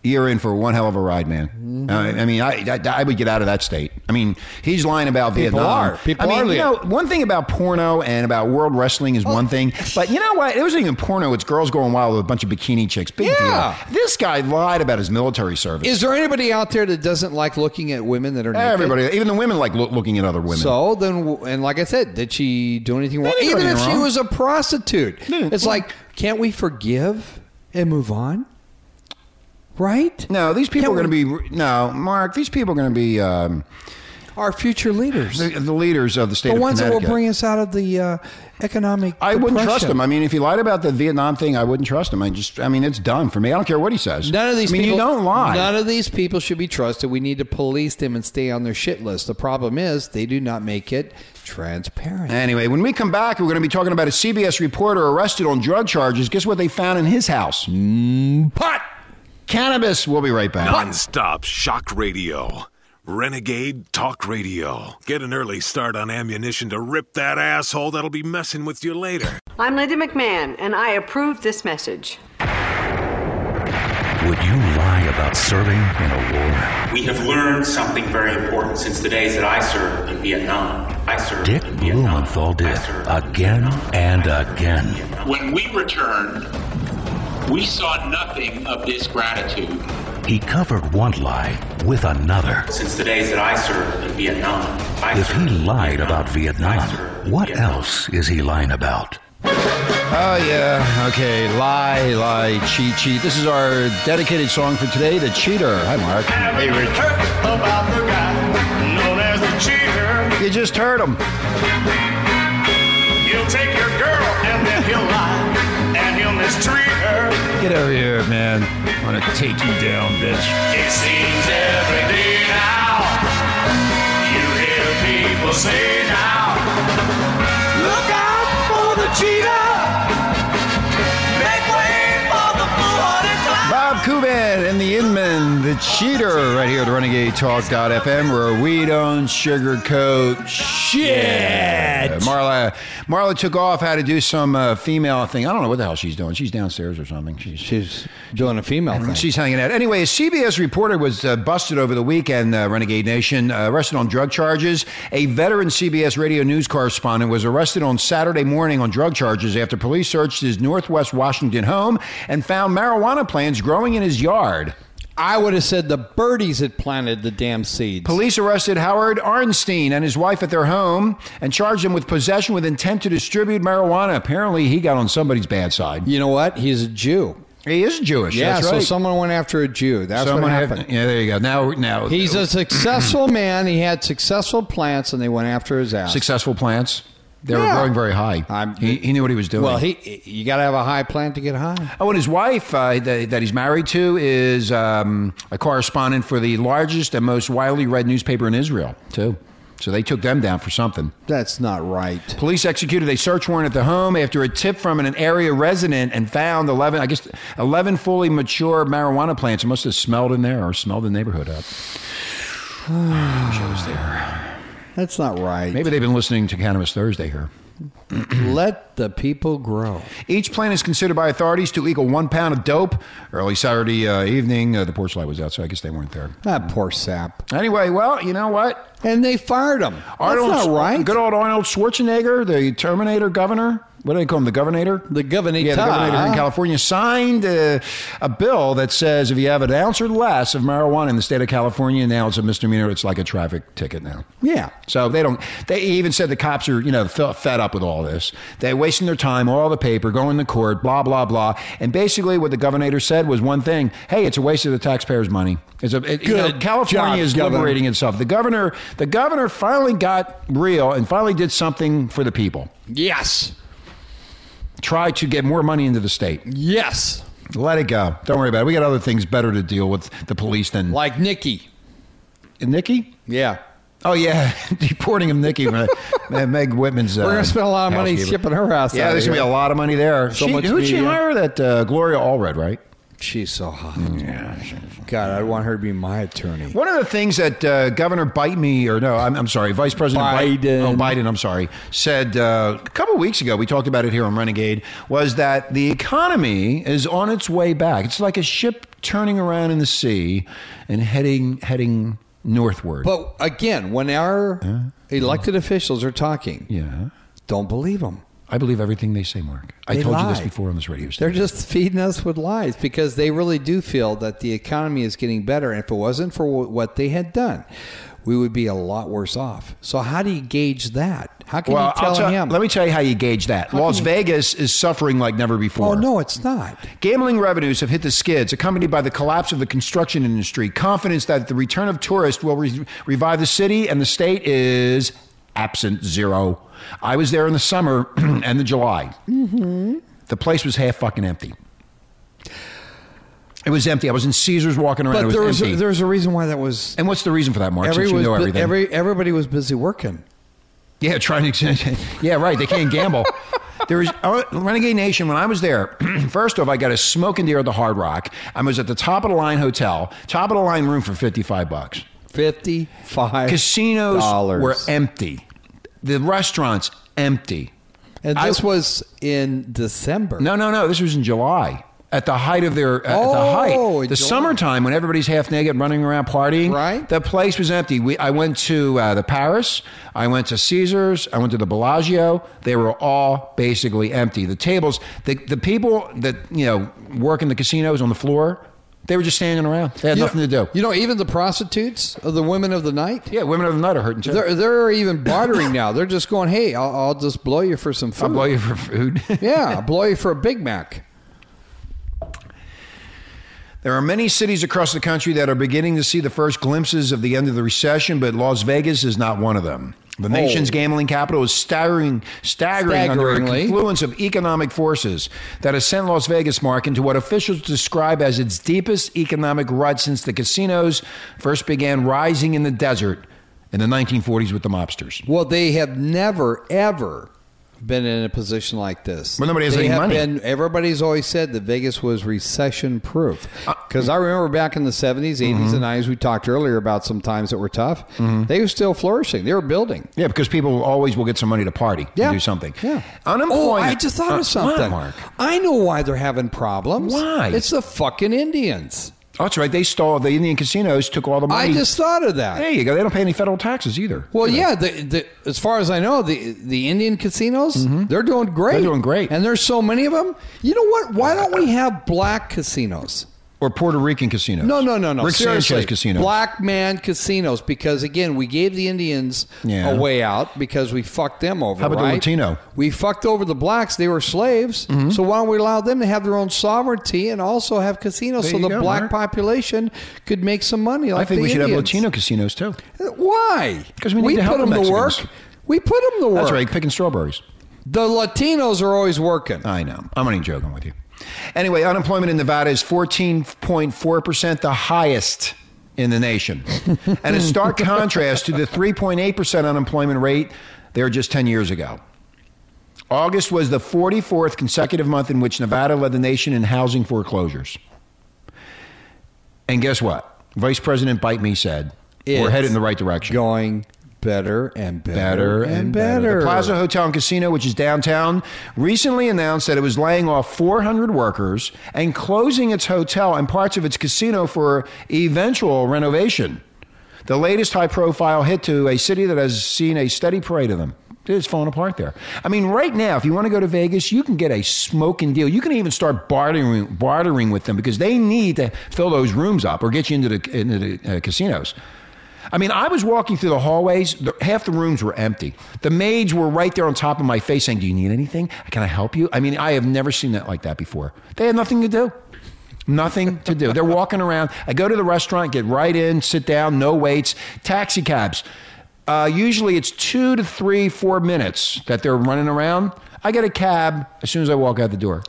[SPEAKER 4] you're in for one hell of a ride, man.
[SPEAKER 6] Mm-hmm.
[SPEAKER 4] Uh, I mean, I, I I would get out of that state. I mean, he's lying about
[SPEAKER 6] People
[SPEAKER 4] Vietnam.
[SPEAKER 6] are. People
[SPEAKER 4] I mean,
[SPEAKER 6] are, Oh.
[SPEAKER 4] you
[SPEAKER 6] Leo.
[SPEAKER 4] know, one thing about porno and about world wrestling is one thing, but you know what? It wasn't even porno. It's girls going wild with a bunch of bikini chicks. Big
[SPEAKER 6] Yeah.
[SPEAKER 4] deal. This guy lied about his military service.
[SPEAKER 6] Is there anybody out there that doesn't like looking at women that are naked?
[SPEAKER 4] Everybody, even the women, like loo- looking at other women.
[SPEAKER 6] So then, and like I said, did she do anything wrong?
[SPEAKER 4] They didn't do
[SPEAKER 6] Even if
[SPEAKER 4] anything
[SPEAKER 6] she
[SPEAKER 4] wrong.
[SPEAKER 6] was a prostitute,
[SPEAKER 4] didn't-
[SPEAKER 6] it's like, can't we forgive and move on? Right?
[SPEAKER 4] no, these people
[SPEAKER 6] Can't
[SPEAKER 4] are
[SPEAKER 6] we-
[SPEAKER 4] going to be no, Mark. These people are going to be um,
[SPEAKER 6] our future leaders,
[SPEAKER 4] the, the leaders of the state
[SPEAKER 6] the
[SPEAKER 4] of
[SPEAKER 6] ones that will
[SPEAKER 4] Connecticut.
[SPEAKER 6] bring us out of the uh, economic.
[SPEAKER 4] I wouldn't
[SPEAKER 6] depression.
[SPEAKER 4] trust him. I mean, if he lied about the Vietnam thing, I wouldn't trust him. I just, I mean, it's done for me. I don't care what he says.
[SPEAKER 6] None of these
[SPEAKER 4] I mean,
[SPEAKER 6] people
[SPEAKER 4] you don't lie.
[SPEAKER 6] None of these people should be trusted. We need to police them and stay on their shit list. The problem is they do not make it transparent.
[SPEAKER 4] Anyway, when we come back, we're going to be talking about a CBS reporter arrested on drug charges. Guess what they found in his house? Mm,
[SPEAKER 6] Pot.
[SPEAKER 4] Cannabis. We'll be right back.
[SPEAKER 2] Nonstop shock radio. Renegade Talk Radio. Get an early start on ammunition to rip that asshole that'll be messing with you later.
[SPEAKER 8] I'm Linda McMahon, and I approve this message.
[SPEAKER 9] Would you lie about serving in a war?
[SPEAKER 10] We have learned something very important since the days that I served in Vietnam. I served
[SPEAKER 9] Dick
[SPEAKER 10] in Vietnam.
[SPEAKER 9] Blumenthal
[SPEAKER 10] I
[SPEAKER 9] did
[SPEAKER 10] served in
[SPEAKER 9] again
[SPEAKER 10] Vietnam.
[SPEAKER 9] and again.
[SPEAKER 10] When we returned, we saw nothing of this gratitude
[SPEAKER 9] He covered one lie with another.
[SPEAKER 10] since the days that I served in Vietnam. I
[SPEAKER 9] If
[SPEAKER 10] served
[SPEAKER 9] he
[SPEAKER 10] in
[SPEAKER 9] lied about
[SPEAKER 10] I
[SPEAKER 9] Vietnam,
[SPEAKER 10] served in
[SPEAKER 9] what
[SPEAKER 10] Vietnam.
[SPEAKER 9] else is he lying about?
[SPEAKER 4] Oh, yeah. Okay. Lie, lie, cheat, cheat. This is our dedicated song for today, The Cheater. Hi, Mark.
[SPEAKER 5] Haven't heard about the guy known as the cheater.
[SPEAKER 4] You just heard him.
[SPEAKER 5] He'll take your girl and then he'll lie and he'll mistreat her.
[SPEAKER 4] Get over here, man. I want to take you down, bitch.
[SPEAKER 5] It seems every day now you hear people say now, look out for the cheater, make way for the fool-hearted clown.
[SPEAKER 4] Bob Cuban and the Inman. The Cheater right here at Renegade Talk.fm where we don't sugarcoat shit. Marla, Marla took off, had to do some uh, female thing. I don't know what the hell she's doing. She's downstairs or something. She's,
[SPEAKER 6] She's doing a female thing.
[SPEAKER 4] She's hanging out. Anyway, a CBS reporter was uh, busted over the weekend, uh, Renegade Nation, uh, arrested on drug charges. A veteran CBS radio news correspondent was arrested on Saturday morning on drug charges after police searched his Northwest Washington home and found marijuana plants growing in his yard.
[SPEAKER 6] I would have said the birdies had planted the damn seeds.
[SPEAKER 4] Police arrested Howard Arnstein and his wife at their home and charged him with possession with intent to distribute marijuana. Apparently, he got on somebody's bad side.
[SPEAKER 6] You know what? He's a Jew.
[SPEAKER 4] He is Jewish.
[SPEAKER 6] Yeah,
[SPEAKER 4] that's
[SPEAKER 6] so
[SPEAKER 4] right.
[SPEAKER 6] someone went after a Jew. That's
[SPEAKER 4] Someone
[SPEAKER 6] what
[SPEAKER 4] had-
[SPEAKER 6] happened.
[SPEAKER 4] yeah, there you go. Now, now
[SPEAKER 6] He's a successful man. He had successful plants, and they went after his ass.
[SPEAKER 4] successful plants. They were
[SPEAKER 6] Yeah.
[SPEAKER 4] growing very high.
[SPEAKER 6] I'm-
[SPEAKER 4] he, he knew what he was doing.
[SPEAKER 6] Well, he you got to have a high plant to get high.
[SPEAKER 4] Oh, and his wife uh, that, that he's married to is um, a correspondent for the largest and most widely read newspaper in Israel, too. So they took them down for something.
[SPEAKER 6] That's not right.
[SPEAKER 4] Police executed a search warrant at the home after a tip from an area resident and found 11, I guess, 11 fully mature marijuana plants. It must have smelled in there or smelled the neighborhood up. Wish I was there.
[SPEAKER 6] That's not right.
[SPEAKER 4] Maybe they've been listening to Cannabis Thursday here.
[SPEAKER 6] let the people grow.
[SPEAKER 4] Each plant is considered by authorities to equal one pound of dope. Early Saturday uh, evening, uh, the porch light was out, so I guess they weren't there.
[SPEAKER 6] That poor sap.
[SPEAKER 4] Anyway, well, you know what?
[SPEAKER 6] And they fired him. That's not right.
[SPEAKER 4] Good old Arnold Schwarzenegger, the Terminator governor. What do they call him? The governor?
[SPEAKER 6] the Uh-huh. governor.
[SPEAKER 4] yeah, the governor in California signed uh, a bill that says if you have an ounce or less of marijuana in the state of California, now it's a misdemeanor. It's like a traffic ticket now.
[SPEAKER 6] Yeah.
[SPEAKER 4] So they don't. They even said the cops are, you know, fe- fed up with all this. They're wasting their time, all the paper, going to court, blah blah blah. And basically, what the governor said was one thing: Hey, it's a waste of the taxpayers' money. It's a it- you know,
[SPEAKER 6] Good
[SPEAKER 4] California
[SPEAKER 6] job,
[SPEAKER 4] is
[SPEAKER 6] governor.
[SPEAKER 4] liberating itself. The governor, the governor, finally got real and finally did something for the people.
[SPEAKER 6] Yes.
[SPEAKER 4] Try to get more money into the state.
[SPEAKER 6] Yes.
[SPEAKER 4] Let it go. Don't worry about it. We got other things better to deal with the police than
[SPEAKER 6] Like Nikki.
[SPEAKER 4] Nikki.
[SPEAKER 6] Yeah.
[SPEAKER 4] Oh yeah, (laughs) deporting him,
[SPEAKER 6] (laughs)
[SPEAKER 4] Nikki. from- Meg Whitman's. Uh,
[SPEAKER 6] We're gonna spend a lot of money
[SPEAKER 4] housekeeper.
[SPEAKER 6] shipping her ass.
[SPEAKER 4] Yeah,
[SPEAKER 6] out
[SPEAKER 4] there's
[SPEAKER 6] of
[SPEAKER 4] gonna be
[SPEAKER 6] here.
[SPEAKER 4] a lot of money there.
[SPEAKER 6] So
[SPEAKER 4] she,
[SPEAKER 6] much
[SPEAKER 4] who'd she
[SPEAKER 6] media.
[SPEAKER 4] hire? That uh, Gloria Allred, right?
[SPEAKER 6] She's so hot.
[SPEAKER 4] Mm.
[SPEAKER 6] God, I'd want her to be my attorney.
[SPEAKER 4] One of the things that uh, Governor Bite Me, or no, I'm, I'm sorry, Vice President Bite-
[SPEAKER 6] Biden.
[SPEAKER 4] oh, Biden, I'm sorry, said uh, a couple weeks ago. We talked about it here on Renegade. Was that the economy is on its way back? It's like a ship turning around in the sea and heading heading northward.
[SPEAKER 6] But again, when our elected officials are talking,
[SPEAKER 4] yeah,
[SPEAKER 6] don't believe them.
[SPEAKER 4] I believe everything they say, Mark. I
[SPEAKER 6] They
[SPEAKER 4] told you this
[SPEAKER 6] lie.
[SPEAKER 4] before on this radio station.
[SPEAKER 6] They're just feeding us with lies because they really do feel that the economy is getting better. And if it wasn't for wh- what they had done, we would be a lot worse off. So how do you gauge that? How can you tell
[SPEAKER 4] I'll tell-
[SPEAKER 6] him?
[SPEAKER 4] let me tell you how you gauge that. Las Vegas is suffering like never before.
[SPEAKER 6] oh no, it's not.
[SPEAKER 4] Gambling revenues have hit the skids, accompanied by the collapse of the construction industry. Confidence that the return of tourists will re- revive the city and the state is absent zero. I was there in the summer (clears throat) and the July. Mm-hmm. The place was half fucking empty. It was empty. I was in Caesars walking around. it
[SPEAKER 6] But
[SPEAKER 4] was
[SPEAKER 6] there was
[SPEAKER 4] empty.
[SPEAKER 6] there's a reason why that was.
[SPEAKER 4] and what's the reason for that, Mark? Since you
[SPEAKER 6] was
[SPEAKER 4] know
[SPEAKER 6] bu-
[SPEAKER 4] everything.
[SPEAKER 6] every- everybody was busy working.
[SPEAKER 4] Yeah, trying to. (laughs) Yeah, right. They can't gamble. There was uh, Renegade Nation. When I was there, (clears throat) first off, I got a smoking deer at the Hard Rock. I was at the top of the line hotel, top of the line room for fifty five bucks.
[SPEAKER 6] Fifty five
[SPEAKER 4] Casinos
[SPEAKER 6] dollars.
[SPEAKER 4] were empty. The restaurants empty.
[SPEAKER 6] and
[SPEAKER 4] I-
[SPEAKER 6] this was in December.
[SPEAKER 4] No, no, no. This was in July. At the height of their, at
[SPEAKER 6] Oh,
[SPEAKER 4] the height,
[SPEAKER 6] in
[SPEAKER 4] the
[SPEAKER 6] July.
[SPEAKER 4] summertime when everybody's half naked running around partying,
[SPEAKER 6] Right.
[SPEAKER 4] The place was empty. We, I went to uh, the Paris, I went to Caesars, I went to the Bellagio. They were all basically empty. The tables, the the people that you know work in the casinos on the floor, they were just standing around. They had
[SPEAKER 6] You
[SPEAKER 4] nothing
[SPEAKER 6] know,
[SPEAKER 4] to do.
[SPEAKER 6] You know, even the prostitutes, of the women of the night,
[SPEAKER 4] yeah, women of the night are hurting too.
[SPEAKER 6] they're, they're even bartering now. They're just going, hey, I'll, I'll just blow you for some food.
[SPEAKER 4] I'll blow you for food.
[SPEAKER 6] Yeah, I'll blow you for a Big Mac.
[SPEAKER 4] There are many cities across the country that are beginning to see the first glimpses of the end of the recession, but Las Vegas is not one of them.
[SPEAKER 6] Oh.
[SPEAKER 4] The nation's gambling capital is staggering, staggering under a
[SPEAKER 6] Staggeringly.
[SPEAKER 4] confluence of economic forces that has sent Las Vegas, Mark, into what officials describe as its deepest economic rut since the casinos first began rising in the desert in the 1940s with the mobsters.
[SPEAKER 6] Well, they have never, ever been in a position like this.
[SPEAKER 4] Well, nobody has
[SPEAKER 6] They
[SPEAKER 4] any
[SPEAKER 6] have
[SPEAKER 4] money.
[SPEAKER 6] been- everybody's always said that Vegas was recession proof.
[SPEAKER 4] Uh,
[SPEAKER 6] Because I remember back in the 70s, 80s,
[SPEAKER 4] Mm-hmm.
[SPEAKER 6] and 90s, we talked earlier about some times that were tough. They were still flourishing, they were building.
[SPEAKER 4] Yeah, because people always will get some money to party, to
[SPEAKER 6] Yeah.
[SPEAKER 4] do something.
[SPEAKER 6] Yeah.
[SPEAKER 4] Unemployment.
[SPEAKER 6] Oh, I just thought
[SPEAKER 4] Uh,
[SPEAKER 6] of something.
[SPEAKER 4] What, Mark?
[SPEAKER 6] I know why they're having problems.
[SPEAKER 4] Why?
[SPEAKER 6] It's the fucking Indians.
[SPEAKER 4] Oh, that's right. They stole the Indian casinos, took all the money.
[SPEAKER 6] I just thought of that.
[SPEAKER 4] there you go. They don't pay any federal taxes either.
[SPEAKER 6] Well, yeah. The, the, as far as I know, the the Indian casinos they're doing great.
[SPEAKER 4] Mm-hmm. They're doing great.
[SPEAKER 6] and there's so many of them. You know what? Why don't we have black casinos?
[SPEAKER 4] Or Puerto Rican casinos.
[SPEAKER 6] No, no, no, no.
[SPEAKER 4] Rick
[SPEAKER 6] Seriously,
[SPEAKER 4] Sanchez casinos.
[SPEAKER 6] black man casinos. Because again, we gave the Indians
[SPEAKER 4] Yeah.
[SPEAKER 6] a way out because we fucked them over.
[SPEAKER 4] How about the
[SPEAKER 6] right?
[SPEAKER 4] Latino? Mm-hmm.
[SPEAKER 6] We fucked over the blacks. They were slaves. So why don't we allow them to have their own sovereignty and also have casinos
[SPEAKER 4] There
[SPEAKER 6] so
[SPEAKER 4] you
[SPEAKER 6] the
[SPEAKER 4] go,
[SPEAKER 6] black
[SPEAKER 4] Mark.
[SPEAKER 6] population could make some money?
[SPEAKER 4] I
[SPEAKER 6] Like
[SPEAKER 4] think
[SPEAKER 6] the
[SPEAKER 4] we should have
[SPEAKER 6] Indians.
[SPEAKER 4] Latino casinos too.
[SPEAKER 6] Why?
[SPEAKER 4] 'Cause we need to help
[SPEAKER 6] put
[SPEAKER 4] the
[SPEAKER 6] them to work.
[SPEAKER 4] Mexicans.
[SPEAKER 6] We put them to work.
[SPEAKER 4] That's right. Oh, Picking strawberries.
[SPEAKER 6] The Latinos are always working.
[SPEAKER 4] I know. I'm only joking with you. Anyway, unemployment in Nevada is 14.4%, the highest in the nation. and in stark contrast to the 3.8% unemployment rate there just 10 years ago. August was the 44th consecutive month in which Nevada led the nation in housing foreclosures. And guess what? Vice President Bite Me said, we're
[SPEAKER 6] It's
[SPEAKER 4] headed in the right direction
[SPEAKER 6] Going better and better,
[SPEAKER 4] better and better. The Plaza Hotel and Casino, which is downtown, recently announced that it was laying off 400 workers and closing its hotel and parts of its casino for eventual renovation. The latest high profile hit to a city that has seen a steady parade of them. It's falling apart there. I mean, right now, if you want to go to Vegas, you can get a smoking deal. You can even start bartering, bartering with them because they need to fill those rooms up or get you into the, into the uh, casinos. I mean, I was walking through the hallways. The, half the rooms were empty. The maids were right there on top of my face saying, Do you need anything? Can I help you? I mean, I have never seen that like that before. They had nothing to do. Nothing to do. They're walking around. I go to the restaurant, get right in, sit down, no waits. Taxi cabs. Uh, usually it's two to three, four minutes that they're running around. I get a cab as soon as I walk out the door.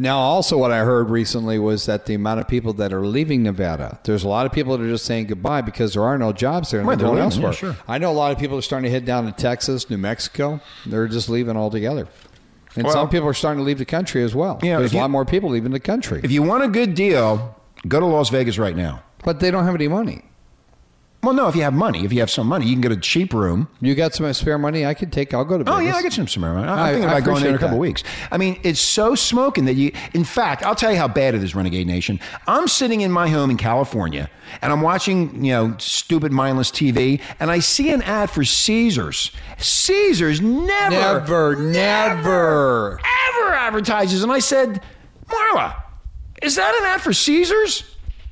[SPEAKER 6] Now, also, what I heard recently was that the amount of people that are leaving Nevada, there's a lot of people that are just saying goodbye because there are no jobs there and
[SPEAKER 4] Right,
[SPEAKER 6] they're
[SPEAKER 4] they're
[SPEAKER 6] going
[SPEAKER 4] leaving,
[SPEAKER 6] elsewhere.
[SPEAKER 4] yeah, sure.
[SPEAKER 6] I know a lot of people are starting to head down to Texas, New Mexico. They're just leaving altogether. And
[SPEAKER 4] Well-
[SPEAKER 6] some people are starting to leave the country as well.
[SPEAKER 4] Yeah,
[SPEAKER 6] there's
[SPEAKER 4] if
[SPEAKER 6] a
[SPEAKER 4] you-
[SPEAKER 6] lot more people leaving the country,
[SPEAKER 4] If you want a good deal, go to Las Vegas right now.
[SPEAKER 6] but they don't have any money.
[SPEAKER 4] Well, no, if you have money, if you have some money, you can get a cheap room.
[SPEAKER 6] You got some spare money I could take? I'll go to Vegas.
[SPEAKER 4] Oh yeah, I get some Samara. I'm
[SPEAKER 6] I-
[SPEAKER 4] thinking
[SPEAKER 6] I
[SPEAKER 4] about going there in a
[SPEAKER 6] appreciate
[SPEAKER 4] couple
[SPEAKER 6] that.
[SPEAKER 4] weeks. I mean, it's so smoking that you. In fact, I'll tell you how bad it is, Renegade Nation. I'm sitting in my home in California, and I'm watching you know stupid mindless TV, and I see an ad for Caesars. Caesars never,
[SPEAKER 6] Never, never.
[SPEAKER 4] ever advertises, and I said, Marla, is that an ad for Caesars?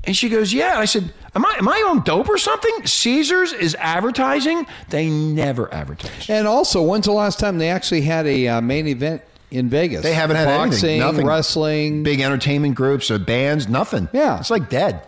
[SPEAKER 4] And she goes, Yeah. And I said. Am I, am I on dope or something? Caesars is advertising. They never advertise.
[SPEAKER 6] And also, when's the last time they actually had a uh, main event in Vegas?
[SPEAKER 4] They haven't had anything.
[SPEAKER 6] boxing,
[SPEAKER 4] Nothing.
[SPEAKER 6] wrestling.
[SPEAKER 4] big entertainment groups or bands, nothing.
[SPEAKER 6] Yeah.
[SPEAKER 4] It's like dead.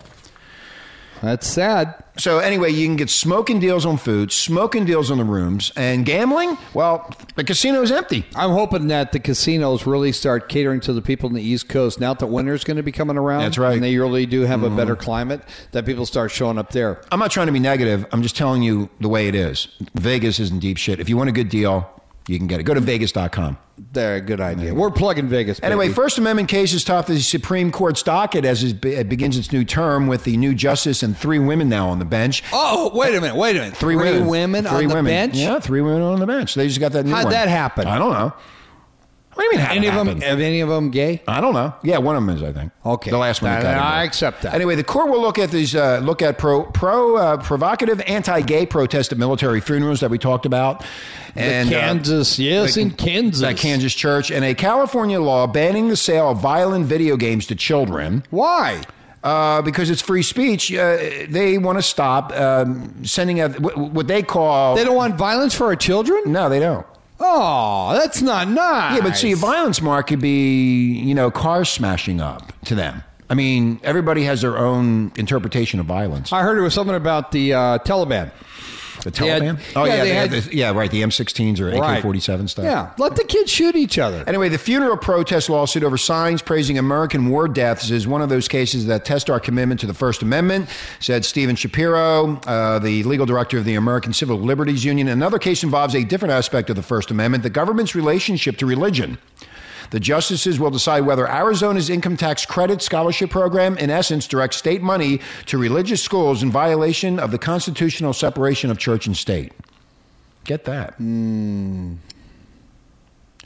[SPEAKER 6] That's sad.
[SPEAKER 4] So anyway, you can get smoking deals on food, smoking deals on the rooms, and gambling. Well, the casino is empty.
[SPEAKER 6] I'm hoping that the casinos really start catering to the people in the East Coast. Now that winter's going to be coming around,
[SPEAKER 4] That's right. Mm-hmm.
[SPEAKER 6] And they really do have a better climate. That people start showing up there.
[SPEAKER 4] I'm not trying to be negative. I'm just telling you the way it is. Vegas isn't deep shit. If you want a good deal, you can get it. Go to vegas.com.
[SPEAKER 6] They're a good idea. We're plugging Vegas.
[SPEAKER 4] Anyway,
[SPEAKER 6] baby.
[SPEAKER 4] First Amendment cases top the Supreme Court's docket as it be- it begins its new term with the new justice and three women now on the bench.
[SPEAKER 6] Oh, wait a minute. Wait a minute.
[SPEAKER 4] Three, women.
[SPEAKER 6] on
[SPEAKER 4] Three
[SPEAKER 6] the
[SPEAKER 4] women.
[SPEAKER 6] bench.
[SPEAKER 4] Yeah, three women on the bench. They just got that new
[SPEAKER 6] How'd
[SPEAKER 4] one.
[SPEAKER 6] that happen?
[SPEAKER 4] I don't know. What do you mean? how'd it
[SPEAKER 6] Any of them?
[SPEAKER 4] happen?
[SPEAKER 6] Have any of them gay?
[SPEAKER 4] I don't know. Yeah, one of them is, I think.
[SPEAKER 6] Okay.
[SPEAKER 4] the last one. that
[SPEAKER 6] Then
[SPEAKER 4] got in
[SPEAKER 6] I
[SPEAKER 4] there.
[SPEAKER 6] accept that.
[SPEAKER 4] Anyway, the court will look at these, uh, look at pro, pro, uh, provocative anti-gay protest at military funerals that we talked about, and uh,
[SPEAKER 6] Kansas, yes, in Kansas.
[SPEAKER 4] that Kansas church, and a California law banning the sale of violent video games to children.
[SPEAKER 6] Why?
[SPEAKER 4] Uh, because it's free speech, uh, they want to stop um, sending out what, what they call.
[SPEAKER 6] They don't want violence for our children.
[SPEAKER 4] no, they don't.
[SPEAKER 6] Oh, that's not nice.
[SPEAKER 4] Yeah, but see, violence, Mark, could be, you know, cars smashing up to them. I mean, everybody has their own interpretation of violence.
[SPEAKER 6] I heard it was something about the uh, Taliban.
[SPEAKER 4] The
[SPEAKER 6] They had-
[SPEAKER 4] Taliban? oh,
[SPEAKER 6] yeah,
[SPEAKER 4] yeah.
[SPEAKER 6] they
[SPEAKER 4] they had
[SPEAKER 6] had-
[SPEAKER 4] the- yeah, right. The M16s or AK 47 stuff.
[SPEAKER 6] Yeah, let the kids shoot each other.
[SPEAKER 4] Anyway, the funeral protest lawsuit over signs praising American war deaths is one of those cases that test our commitment to the First Amendment, said Stephen Shapiro, uh, the legal director of the American Civil Liberties Union. Another case involves a different aspect of the First Amendment the government's relationship to religion. The justices will decide whether Arizona's income tax credit scholarship program, in essence, directs state money to religious schools in violation of the constitutional separation of church and state. Get that.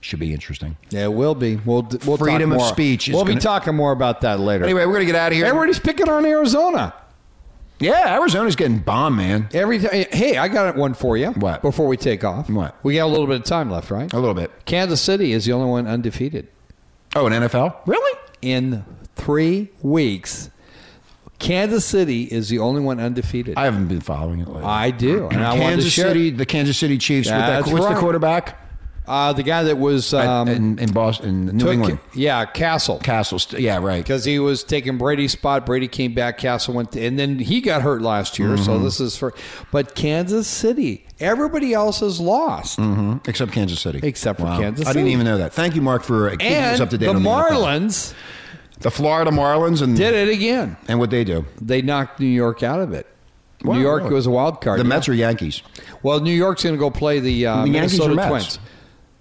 [SPEAKER 4] Should be interesting.
[SPEAKER 6] Yeah, it will be. We'll, we'll talk
[SPEAKER 4] Freedom of
[SPEAKER 6] more.
[SPEAKER 4] speech is
[SPEAKER 6] We'll be
[SPEAKER 4] gonna-
[SPEAKER 6] talking more about that later.
[SPEAKER 4] Anyway, we're gonna get out of here.
[SPEAKER 6] Everybody's picking on Arizona.
[SPEAKER 4] Yeah, Arizona's getting bombed, man.
[SPEAKER 6] Every eh, hey, I got one for you.
[SPEAKER 4] What?
[SPEAKER 6] Before we take off,
[SPEAKER 4] What?
[SPEAKER 6] We got a little bit of time left, right?
[SPEAKER 4] A little bit.
[SPEAKER 6] Kansas City is the only one undefeated
[SPEAKER 4] Oh, an NFL? Really?
[SPEAKER 6] in three weeks. Kansas City is the only one undefeated.
[SPEAKER 4] I haven't been following it lately.
[SPEAKER 6] I do, and I wanted to
[SPEAKER 4] Kansas
[SPEAKER 6] share
[SPEAKER 4] City, the Kansas City Chiefs. With that,
[SPEAKER 6] That's
[SPEAKER 4] what's
[SPEAKER 6] right.
[SPEAKER 4] the quarterback?
[SPEAKER 6] uh, the guy that was um,
[SPEAKER 4] in, in Boston, New
[SPEAKER 6] took-
[SPEAKER 4] England,
[SPEAKER 6] yeah, Castle.
[SPEAKER 4] Castle. st- Yeah, right.
[SPEAKER 6] because he was taking Brady's spot. Brady came back. Castle went, and then he got hurt last year. So
[SPEAKER 4] Mm-hmm.
[SPEAKER 6] this is for, but Kansas City. Everybody else has lost,
[SPEAKER 4] Mhm. Except Kansas City.
[SPEAKER 6] Except for
[SPEAKER 4] Wow.
[SPEAKER 6] Kansas
[SPEAKER 4] I didn't
[SPEAKER 6] City.
[SPEAKER 4] even know that. Thank you, Mark, for keeping us
[SPEAKER 6] and
[SPEAKER 4] up to date
[SPEAKER 6] the
[SPEAKER 4] on the NFL.
[SPEAKER 6] Marlins
[SPEAKER 4] the Florida Marlins, and
[SPEAKER 6] did it again.
[SPEAKER 4] and what they do.
[SPEAKER 6] They knocked New York out of it.
[SPEAKER 4] Wow,
[SPEAKER 6] New York
[SPEAKER 4] really?
[SPEAKER 6] was a wild card.
[SPEAKER 4] The
[SPEAKER 6] yeah.
[SPEAKER 4] Mets or Yankees?
[SPEAKER 6] Well, New York's going to go play the, uh,
[SPEAKER 4] The Yankees
[SPEAKER 6] Minnesota
[SPEAKER 4] or Mets?
[SPEAKER 6] Twins.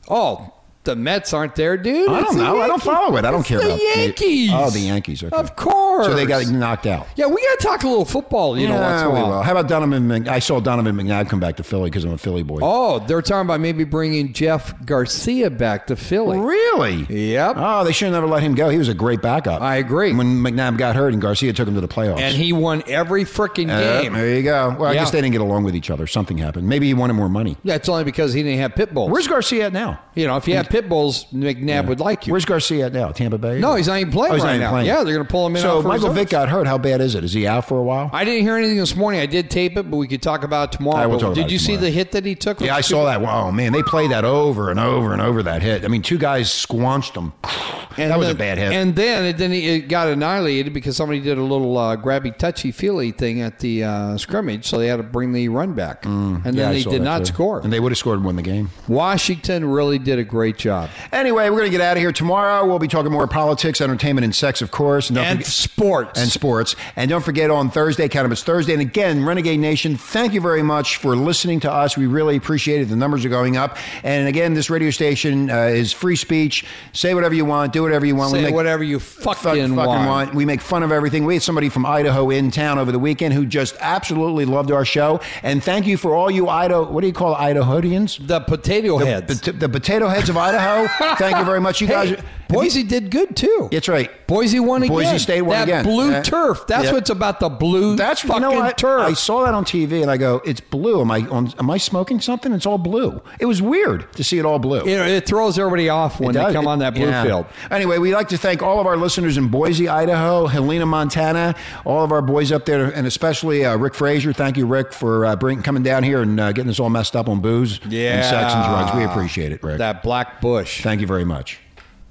[SPEAKER 6] Oh, the Mets aren't there, dude.
[SPEAKER 4] I
[SPEAKER 6] It's
[SPEAKER 4] don't
[SPEAKER 6] the
[SPEAKER 4] know. I don't
[SPEAKER 6] Yankees.
[SPEAKER 4] follow it. I don't
[SPEAKER 6] It's
[SPEAKER 4] care
[SPEAKER 6] the
[SPEAKER 4] about
[SPEAKER 6] Yankees.
[SPEAKER 4] Oh, the Yankees. Okay.
[SPEAKER 6] Of course.
[SPEAKER 4] So they got knocked out.
[SPEAKER 6] Yeah, we got to talk a little football. You know, once
[SPEAKER 4] yeah,
[SPEAKER 6] in a
[SPEAKER 4] we
[SPEAKER 6] while.
[SPEAKER 4] will. How about Donovan? Mc- I saw Donovan McNabb come back to Philly because I'm a Philly boy.
[SPEAKER 6] Oh, they're talking about maybe bringing Jeff Garcia back to Philly.
[SPEAKER 4] Really?
[SPEAKER 6] Yep.
[SPEAKER 4] Oh, they should have never let him go. He was a great backup.
[SPEAKER 6] I agree.
[SPEAKER 4] When McNabb got hurt and Garcia took him to the playoffs.
[SPEAKER 6] And he won every freaking
[SPEAKER 4] Uh,
[SPEAKER 6] game.
[SPEAKER 4] There you go. Well, I
[SPEAKER 6] Yeah.
[SPEAKER 4] guess they didn't get along with each other. Something happened. Maybe he wanted more money.
[SPEAKER 6] Yeah, it's only because he didn't have pit bulls.
[SPEAKER 4] Where's Garcia at now?
[SPEAKER 6] you know, if you had pit bulls, McNabb would like you.
[SPEAKER 4] Where's Garcia at now? Tampa Bay?
[SPEAKER 6] No, he's not even playing
[SPEAKER 4] Oh, he's
[SPEAKER 6] right
[SPEAKER 4] not even
[SPEAKER 6] now.
[SPEAKER 4] playing.
[SPEAKER 6] Yeah, they're gonna pull him in
[SPEAKER 4] So
[SPEAKER 6] out for
[SPEAKER 4] Michael
[SPEAKER 6] reserves.
[SPEAKER 4] Vick got hurt. How bad is it? Is he out for a while?
[SPEAKER 6] I didn't hear anything this morning. I did tape it, but we could talk about it tomorrow.
[SPEAKER 4] I will
[SPEAKER 6] But
[SPEAKER 4] talk about
[SPEAKER 6] did
[SPEAKER 4] it
[SPEAKER 6] you see
[SPEAKER 4] tomorrow.
[SPEAKER 6] the hit that he took?
[SPEAKER 4] yeah, I saw that. Oh man, they played that over and over and over. That hit. I mean, two guys squanched him. (sighs) that was a
[SPEAKER 6] then-
[SPEAKER 4] bad hit.
[SPEAKER 6] And then it then it got annihilated because somebody did a little uh, grabby touchy feely thing at the uh, scrimmage, so they had to bring the run back, and then
[SPEAKER 4] Mm, Yeah, I
[SPEAKER 6] they
[SPEAKER 4] saw
[SPEAKER 6] did
[SPEAKER 4] that,
[SPEAKER 6] not
[SPEAKER 4] too.
[SPEAKER 6] score.
[SPEAKER 4] And they would have scored and won the game.
[SPEAKER 6] Washington really did a great job.
[SPEAKER 4] Anyway, we're going to get out of here tomorrow. We'll be talking more politics, entertainment, and sex, of course. And, don't
[SPEAKER 6] And
[SPEAKER 4] forget-
[SPEAKER 6] sports.
[SPEAKER 4] and sports. And don't forget on Thursday, Cannabis Thursday. And again, Renegade Nation, thank you very much for listening to us. We really appreciate it. The numbers are going up. And again, this radio station uh, is free speech. Say whatever you want, do whatever you want.
[SPEAKER 6] Say whatever you fucking,
[SPEAKER 4] fuck- fucking
[SPEAKER 6] want.
[SPEAKER 4] want. We make fun of everything. We had somebody from Idaho in town over the weekend who just absolutely loved our show. And thank you for all you Idaho, what do you call it, Idahoans?
[SPEAKER 6] The potato heads.
[SPEAKER 4] The, the potato heads of Idaho. Thank you very much. You guys.
[SPEAKER 6] Hey, Boise did good too.
[SPEAKER 4] That's right.
[SPEAKER 6] Boise won again.
[SPEAKER 4] Boise State won
[SPEAKER 6] that
[SPEAKER 4] again.
[SPEAKER 6] Blue
[SPEAKER 4] Uh,
[SPEAKER 6] turf. That's
[SPEAKER 4] yeah.
[SPEAKER 6] what's about. The blue
[SPEAKER 4] That's you
[SPEAKER 6] fucking
[SPEAKER 4] know what?
[SPEAKER 6] turf.
[SPEAKER 4] I saw that on TV and I go, it's blue. Am I on, am I smoking something? It's all blue. It was weird to see it all blue.
[SPEAKER 6] it, it throws everybody off when they
[SPEAKER 4] does.
[SPEAKER 6] come on that blue
[SPEAKER 4] Yeah.
[SPEAKER 6] field.
[SPEAKER 4] Anyway, we'd like to thank all of our listeners in Boise, Idaho, Helena, Montana, all of our boys up there, and especially uh, Rick Frazier. Thank you, Rick, for uh, bring, coming down here and uh, getting us all messed up on booze and sex and drugs. We appreciate it, Rick.
[SPEAKER 6] That black bush.
[SPEAKER 4] Thank you very much.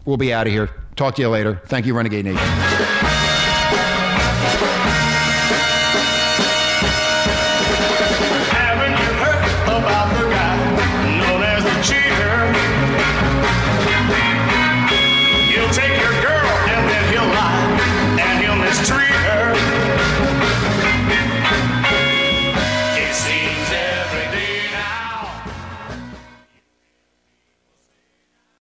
[SPEAKER 4] We'll be out of here. Talk to you later. Thank you, Renegade Nation.